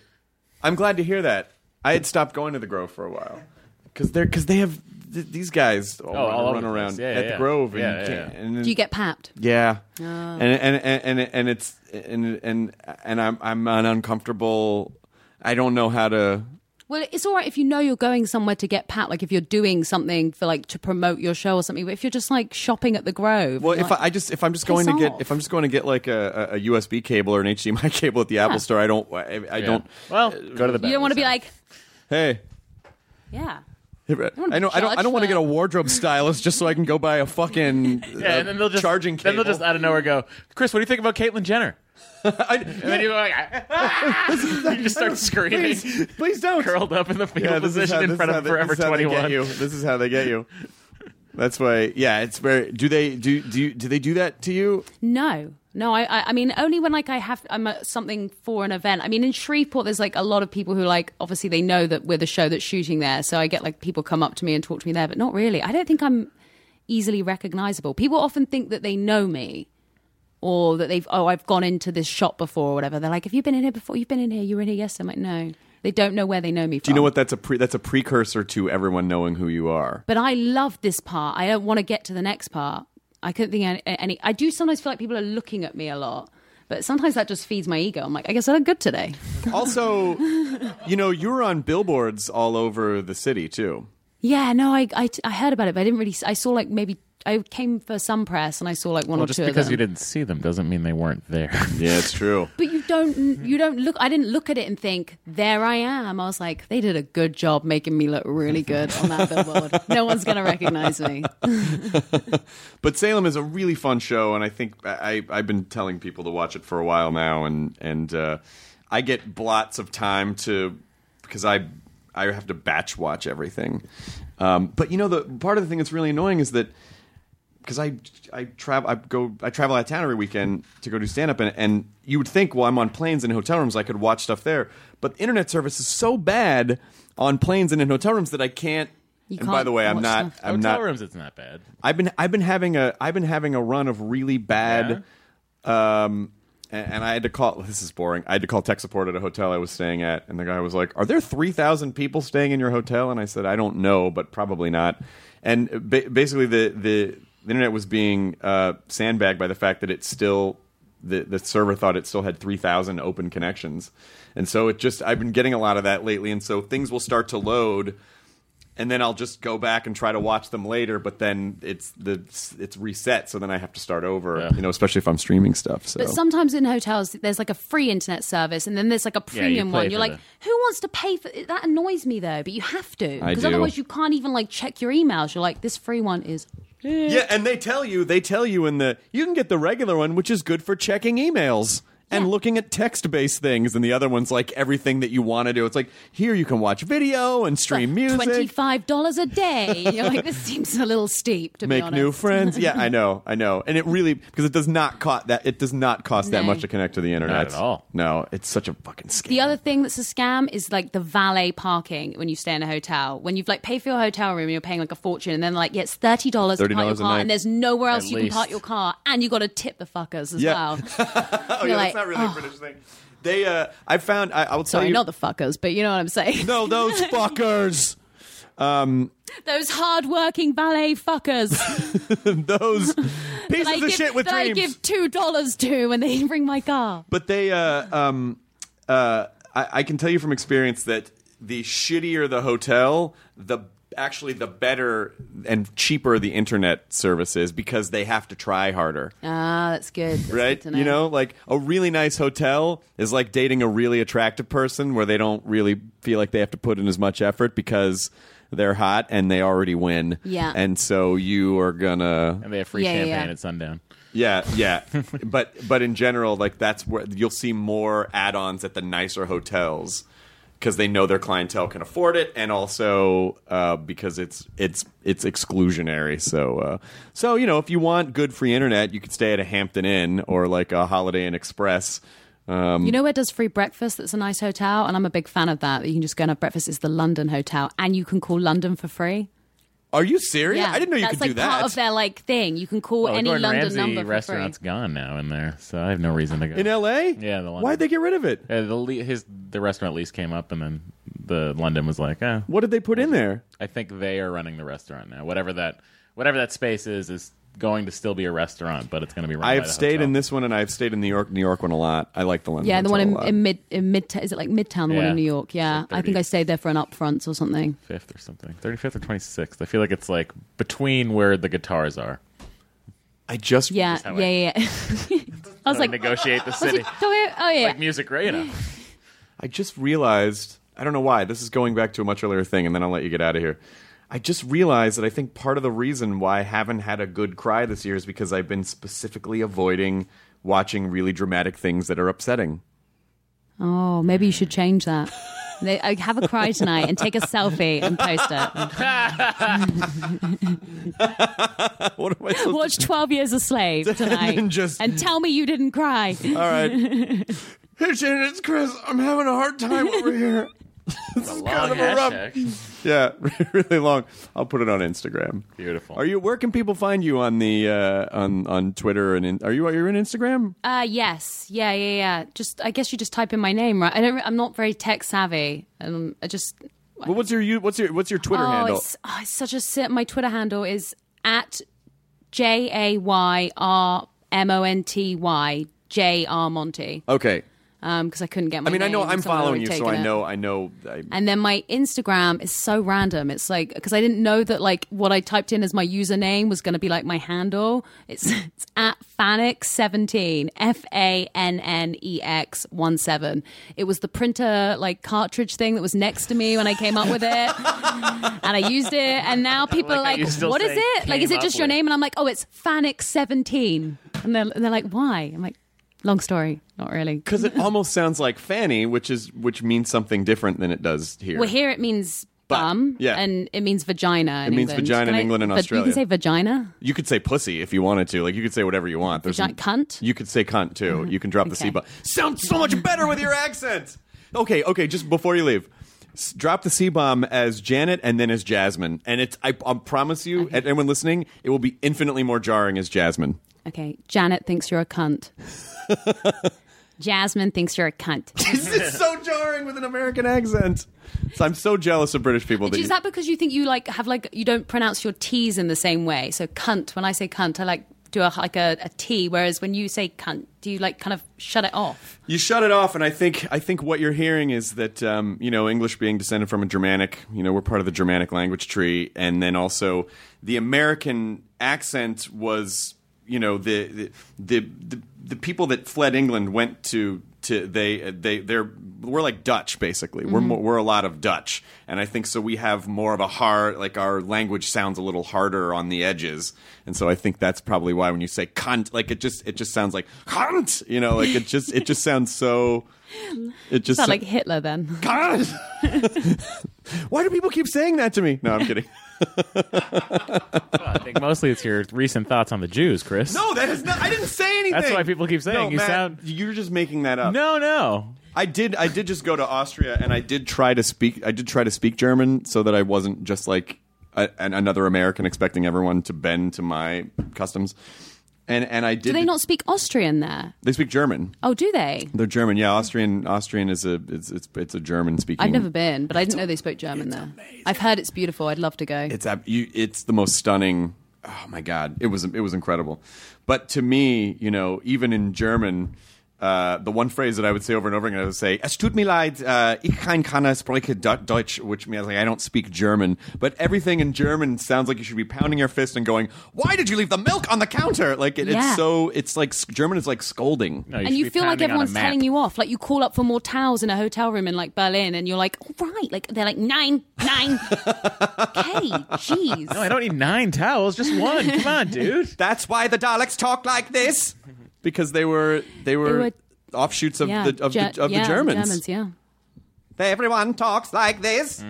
I'm glad to hear that. I had stopped going to the Grove for a while because they're because they have th- these guys all,
Oh, all
run,
over the
around
place. Yeah,
at
yeah,
the
yeah.
Grove. And
Yeah,
you
yeah,
can't-
yeah.
and then-
Do you get papped?
yeah, and, and and and and it's and and and I'm I'm an uncomfortable. I don't know how to.
Well, it's all right if you know you're going somewhere to get pat, like if you're doing something for like to promote your show or something. But if you're just like shopping at the Grove,
Well,
you're
if
like,
I, I just if I'm just going
Piss
to get
off.
if I'm just going to get like a, a a USB cable or an HDMI cable at the Apple Store, I don't I, I don't.
Well, go to the.
you don't want to be like,
Hey,
yeah,
I know I don't I don't want to
judge
get a
the-
wardrobe stylist just so I can go buy a fucking uh,
Yeah, and then they'll just
charging
Then
cable.
they'll just out of nowhere go, Chris. What do you think about Caitlyn Jenner?
I-
And then you go like, "Ah." you just start screaming,
please, please don't.
curled up in the fetal
yeah, this is
position
how, this
in front
is how
of
they-
Forever
this is how
Twenty
they get
One.
you. This is how they get you. That's why. Yeah, it's very. Do they do do you, do they do that to you?
No, no. I, I, I mean, only when like I have I'm at something for an event. I mean, in Shreveport, there's like a lot of people who like obviously they know that we're the show that's shooting there, so I get like people come up to me and talk to me there, but not really. I don't think I'm easily recognizable. People often think that they know me. Or that they've oh I've gone into this shop before or whatever. They're like, have you been in here before? You've been in here. You were in here yesterday. I'm like, no. They don't know where they know me.
Do you
Um,
know what that's a pre, that's a precursor to everyone knowing who you are?
but I love this part. I don't want to get to the next part. I couldn't think of any, any. I do sometimes feel like people are looking at me a lot, but sometimes that just feeds my ego. I'm like, I guess I look good today.
Also, you know, you're on billboards all over the city too.
Yeah, no, I, I, I heard about it, but I didn't really. s- I saw like maybe I came for some press and I saw like one
Well,
or
just
two of
because
them.
you didn't see them doesn't mean they weren't there.
Yeah, it's true.
But you don't you don't look. I didn't look at it and think, there I am. I was like, they did a good job making me look really good on that billboard. No one's gonna recognize me.
But Salem is a really fun show, and I think I, I- I've been telling people to watch it for a while now, and and uh, I get blots of time to because I I have to batch watch everything. Um, but you know the part of the thing that's really annoying is that because I I travel I go I travel out of town every weekend to go do stand up and, and you would think well I'm on planes and in hotel rooms I could watch stuff there but internet service is so bad on planes and in hotel rooms that I can't.
You
and by
can't
the way, I'm
watch
not.
stuff.
I'm
Hotel
not.
rooms, it's not bad.
I've been I've been having a I've been having a run of really bad um a- and, I had to call this is boring. I had to call tech support at a hotel I was staying at and the guy was like, "Are there 3,000 people staying in your hotel?" and I said, "I don't know, but probably not." And ba- basically the the the internet was being uh, sandbagged by the fact that it still the, the server thought it still had 3000 open connections and so it just i've been getting a lot of that lately and so things will start to load and then I'll just go back and try to watch them later. But then it's the it's reset, so then I have to start over. You know, especially if I'm streaming stuff. So
But sometimes in hotels, there's like a free internet service, and then there's like a
you
premium
pay
one. You're
for
like, who wants to pay for that? Annoys me though, but you have to
I
because
do.
otherwise you can't even like check your emails. You're like, this free one is
yeah, and they tell you they tell you in the you can get the regular one, which is good for checking emails. And
Yeah.
looking at text-based things, and the other one's like everything that you want to do. It's like here you can watch video and stream music,
twenty five dollars a day. You're like, this seems a little steep to be
make
honest.
new friends. Yeah, I know, I know, and it really because it does not cost that it does not cost that
No.
much to connect to the internet
at all.
No, it's such a fucking scam.
The other thing that's a scam is like the valet parking when you stay in a hotel. When you've like paid for your hotel room and you're paying like a fortune, and then like yeah, it's thirty dollars to park
$30
your
a
car,
night.
and there's nowhere else
At
you can park
least.
your car, and you got to tip the fuckers as
Yeah.
well.
oh,
you're
yeah,
like,
that's not really a
oh.
British thing. They, uh, I found, I, I will tell
Sorry,
you,
not the fuckers, but you know what I'm saying.
No, those fuckers. Um,
Those hard-working ballet fuckers
those pieces
that I
of
give,
shit with
that I
dreams.
give two dollars to when they bring my car.
But they, uh, um, uh, I, I can tell you from experience that the shittier the hotel, the actually the better and cheaper the internet service is because they have to try harder.
Ah, that's good. That's
right?
good to
You know, like a really nice hotel is like dating a really attractive person where they don't really feel like they have to put in as much effort because they're hot and they already win.
Yeah.
And so you are gonna
and they have free
Yeah, yeah,
champagne
yeah.
at sundown.
Yeah, yeah. but but in general, like that's where you'll see more add-ons at the nicer hotels because they know their clientele can afford it and also uh, because it's it's it's exclusionary. So uh, so you know, if you want good free internet, you could stay at a Hampton Inn or like a Holiday Inn Express.
You know where it does free breakfast? That's a nice hotel, and I'm a big fan of that. You can just go and have breakfast. Is the London hotel, and you can call London for free.
Are you serious? I didn't know you
that's
could
like
do that.
part of their like thing. You can call
Well, the
any
Gordon
London
Ramsay
number for
restaurant's
free.
gone now in there, so I have no reason to go.
in L.A.
Yeah, the London.
Why'd they get rid of it?
Uh, the le- his the restaurant lease came up, and then the London was like, "Oh,
What did they put in there?
I think they are running the restaurant now. Whatever that whatever that space is is going to still be a restaurant, but it's going to be run.
I
by
have
the
stayed
hotel.
in this one, and I've stayed in New York, New York one a lot. I like the London.
Yeah, the one
Hotel a
in,
lot.
in mid in mid is it like Midtown? The one
Yeah.
in New York. Yeah,
It's like
I think
30.
I stayed there for an upfront or something.
fifth or something, thirty fifth or twenty sixth. I feel like it's like between where the guitars are.
I just
Yeah, yeah,
how I-
yeah. yeah. I was
Like,
like,
negotiate the
"What's
city.
it- oh yeah,
Like music, right? You know.
I just realized, I don't know why, this is going back to a much earlier thing, and then I'll let you get out of here. I just realized that I think part of the reason why I haven't had a good cry this year is because I've been specifically avoiding watching really dramatic things that are upsetting.
Oh, maybe you should change that. They, I have a cry tonight and take a selfie and post it.
what am I supposed
Watch Twelve Years a Slave tonight
And just-
and tell me you didn't cry.
to All right. Hey, Shannon, it's Chris. I'm having a hard time over here. this is kind of a rough. Yeah, really long. I'll put it on Instagram.
Beautiful.
Are you? Where can people find you on the uh, on on Twitter and in, are you are you on Instagram?
Uh, yes, yeah, yeah, yeah. Just I guess you just type in my name, right? I don't. I'm not very tech savvy, and I just
Well, what's your you- what's your what's your Twitter
oh,
handle?
It's, oh, it's such a sit. My Twitter handle is at j a y r m o n t y j r Monty.
Okay.
Um, because I couldn't get. my
I mean, I know
name,
I'm
someone
following you,
had
so
taken
I
it.
know I know. I,
Mm.
And then my Instagram is so random. It's like because I didn't know that like what I typed in as my username was going to be like my handle. It's it's at Fanex seventeen F A N N E X one seven. It was the printer like cartridge thing that was next to me when I came up with it, and I used it. And now people
like how
are
you
like,
still
"What is
say
it? Like,
came
is it
up
just your
with.
name?" And I'm like, "Oh, it's Fanex 17 And they're, and they're like, "Why?" I'm like, "Long story, not really."
because it almost sounds like Fanny, which is which means something different than it does here.
Well, here it means
But,
bum,
yeah.
and it means vagina. In
It means
England.
vagina in
I-
England and
but You
Australia.
can say vagina,
You could say pussy if you wanted to. Like you could say whatever you want. There's
Vagi- cunt? Mm-hmm.
You could say cunt too. You can drop the c
Okay.
bomb. Sounds so much better with your accent. Okay, okay. Just before you leave. s- Drop the C bomb as Janet and then as Jasmine, and it's I, I promise you, and anyone listening, it will be infinitely more jarring as Jasmine.
okay. Janet thinks you're a cunt. Jasmine thinks you're a cunt.
this is so jarring with an American accent. So I'm so jealous of British people. that
Is
you-
that because you think you like have like you don't pronounce your T's in the same way? So cunt. When I say cunt, I like do a like a, a T, whereas when you say cunt, do you like kind of shut it off?
You shut it off, and I think I think what you're hearing is that um, you know English being descended from a Germanic, you know, we're part of the Germanic language tree, and then also the American accent was, you know, the the the, the, the people that fled England went to to they they they're we're like Dutch basically. We're
Mm-hmm.
more, we're a lot of Dutch, and I think so. We have more of a hard like our language sounds a little harder on the edges, and so I think that's probably why when you say cunt, like it just it just sounds like cunt, you know, like it just it just sounds so. It just
Sound like Hitler then.
cunt. why do people keep saying that to me? No, I'm kidding.
I think mostly it's your recent thoughts on the Jews, Chris.
No, that is not. I didn't say anything.
That's why people keep saying
No,
you
Matt,
sound-
You're just making that up.
no, no.
I did. I did just go to Austria, and I did try to speak. I did try to speak German so that I wasn't just like a, an, another American expecting everyone to bend to my customs. And and I did.
Do they not speak Austrian there?
They speak German.
Oh, do they?
They're German. Yeah, Austrian. Austrian is a it's it's, it's a German speaking.
I've never been, but I didn't know they spoke German there. I've heard it's beautiful. I'd love to go.
It's ab- you, it's the most stunning. Oh my god, it was it was incredible. But to me, you know, even in German, uh, the one phrase that I would say over and over again, I would say, "Es tut mir leid, uh, ich kein kann spreche Deu- Deutsch," which means like I don't speak German. But everything in German sounds like you should be pounding your fist and going, "Why did you leave the milk on the counter?" Like it,
Yeah.
it's so it's like German is like scolding.
No,
and
should
you
be
feel like
pounding on a
everyone's
map.
telling you off. Like you call up for more towels in a hotel room in like Berlin, and you're like, all right, like they're like nine, nine. okay, jeez.
No, I don't need nine towels, just one. Come on, dude.
That's why the Daleks talk like this because they were they were,
were-
offshoots of
Yeah,
the of,
Ge-
the, of
yeah,
the Germans.
yeah.
Everyone talks like this.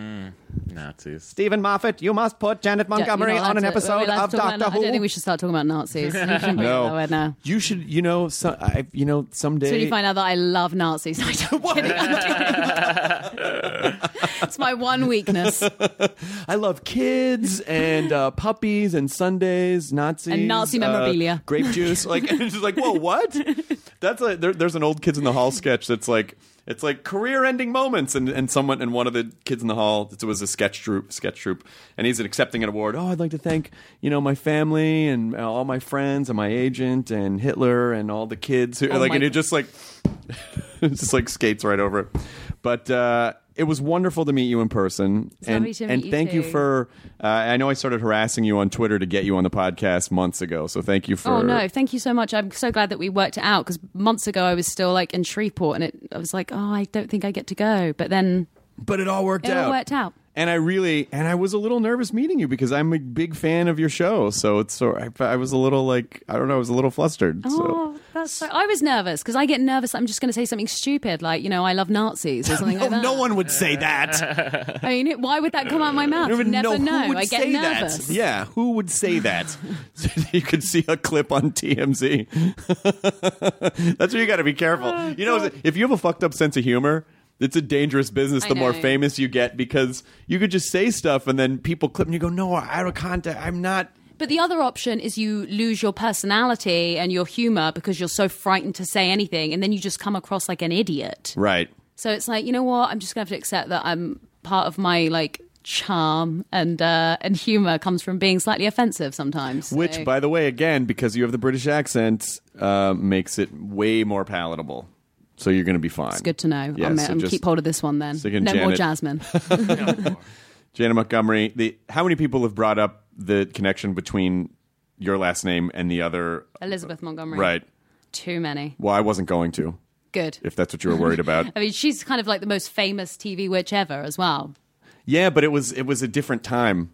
Nazis.
Stephen Moffat, you must put Janet Montgomery
You're not allowed
Oh, on an
to- we're
episode
allowed to
of
talk about-
Doctor Who.
I don't think we should start talking about Nazis. You shouldn't bring up that word now.
You should, you know, so, I, you know, someday.
So when you find out that I love Nazis, no, I don't.
What?
It's my one weakness.
I love kids and uh, puppies and Sundays, Nazis,
And Nazi memorabilia.
uh, grape juice. Like and it's just like, whoa, what? That's a there, there's an old Kids in the Hall sketch that's like it's like career-ending moments, and, and someone and one of the kids in the hall it was a sketch troupe, sketch troupe, and he's accepting an award. Oh, I'd like to thank you know my family and uh, all my friends and my agent and Hitler and all the kids who
Oh
like
my
and it
God.
just like it just like skates right over it. But uh, it was wonderful to meet you in person,
lovely
and
to
and
meet you
thank you
too.
for. Uh, I know I started harassing you on Twitter to get you on the podcast months ago, so thank you for.
Oh no, thank you so much. I'm so glad that we worked it out because months ago I was still like in Shreveport, and it, I was like, oh, I don't think I get to go. But then
but it all worked
it
out.
all worked out.
And I really, and I was a little nervous meeting you because I'm a big fan of your show. So it's so I, I was a little like I don't know, I was a little flustered. so.
Oh, that's so. I was nervous because I get nervous. that I'm just going to say something stupid, like you know, I love Nazis or something like that.
would say that.
I mean, it- why would that come out of my mouth? You never know. I get nervous.
Yeah, who would say that? So you could see a clip on TMZ. That's where you got to be careful.
Oh,
you know, if you have a fucked up sense of humor, it's a dangerous business.
I
The more
know.
famous you get, because you could just say stuff and then people clip and you go, "No, I don't contact. I'm not."
But the other option is you lose your personality and your humor because you're so frightened to say anything, and then you just come across like an idiot.
Right.
So it's like, you know what? I'm just gonna have to accept that I'm part of my like charm and uh, and humor comes from being slightly offensive sometimes.
Which,
So-
by the way, again, because you have the British accent, uh, makes it way more palatable. So you're going to be fine.
it's good to know.
Yeah,
I'm,
so
I'm
just-
keep hold of this one then.
so again,
no more
Janet-
Jasmine.
Jana Montgomery. The how many people have brought up the connection between your last name and the other?
Elizabeth Montgomery.
Right.
Too many.
Well, I wasn't going to,
Good.
if that's what you were worried about.
I mean, she's kind of like the most famous TV witch ever as well.
yeah, but it was it was a different time.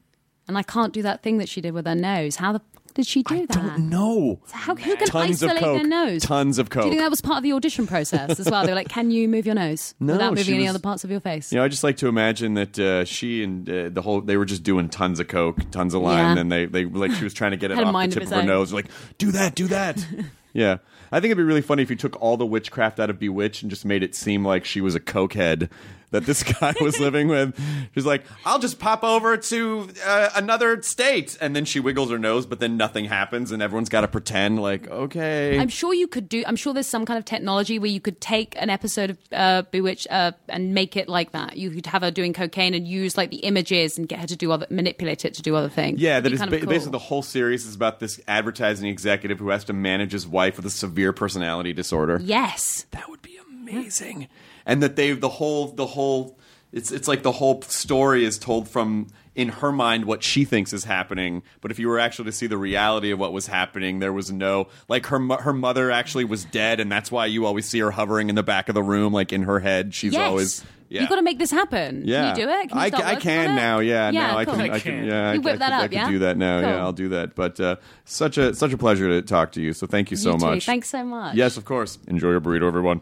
And I can't do that thing that she did with her nose. How the f- did she do
I
that?
don't know.
How, who can
Tons of
isolate
coke.
their nose?
Tons of
Do you
coke.
think that was part of the audition process as well? They were like, "Can you move your nose
No,
without
she
moving any
was-
other parts of your face?"
You know, I just like to imagine that uh, she and uh, the whole they were just doing tons of coke, tons of
Yeah.
line, and they they like she was trying to get it
Had a
off the
mind of
tip of
its
her
own.
nose, like do that, do that. yeah, I think it'd be really funny if you took all the witchcraft out of Bewitched and just made it seem like she was a cokehead that this guy was living with. She's like, I'll just pop over to uh, another state, and then she wiggles her nose, but then nothing happens, and everyone's got to pretend like okay.
I'm sure you could do. I'm sure there's some kind of technology where you could take an episode of uh, Bewitched uh, and make it like that. You could have her doing cocaine and use like the images and get her to do other, manipulate it to do other things.
Yeah,
That'd
that
be
is
kind
ba-
of cool.
basically the whole series is about this advertising executive who has to manage his wife with a severe personality disorder.
Yes,
That would be amazing. And that they the whole the whole it's it's like the whole story is told from in her mind what she thinks is happening, but if you were actually to see the reality of what was happening, there was no like her mo- her mother actually was dead and that's why you always see her hovering in the back of the room like in her head she's
yes.
always yeah.
You've got to make this happen.
Yeah.
Can you do it? Can you
I,
start
I
working on
can
it?
now. Yeah. now I
cool.
can. I can. Yeah. I
You
c-
whip
I
that
could- I
up,
could
yeah?
do that now. Yeah.
Cool.
I'll do that. But uh, such a such a pleasure to talk to you. So thank you so
You too.
much.
Thanks so much.
Yes, of course. Enjoy your burrito, everyone.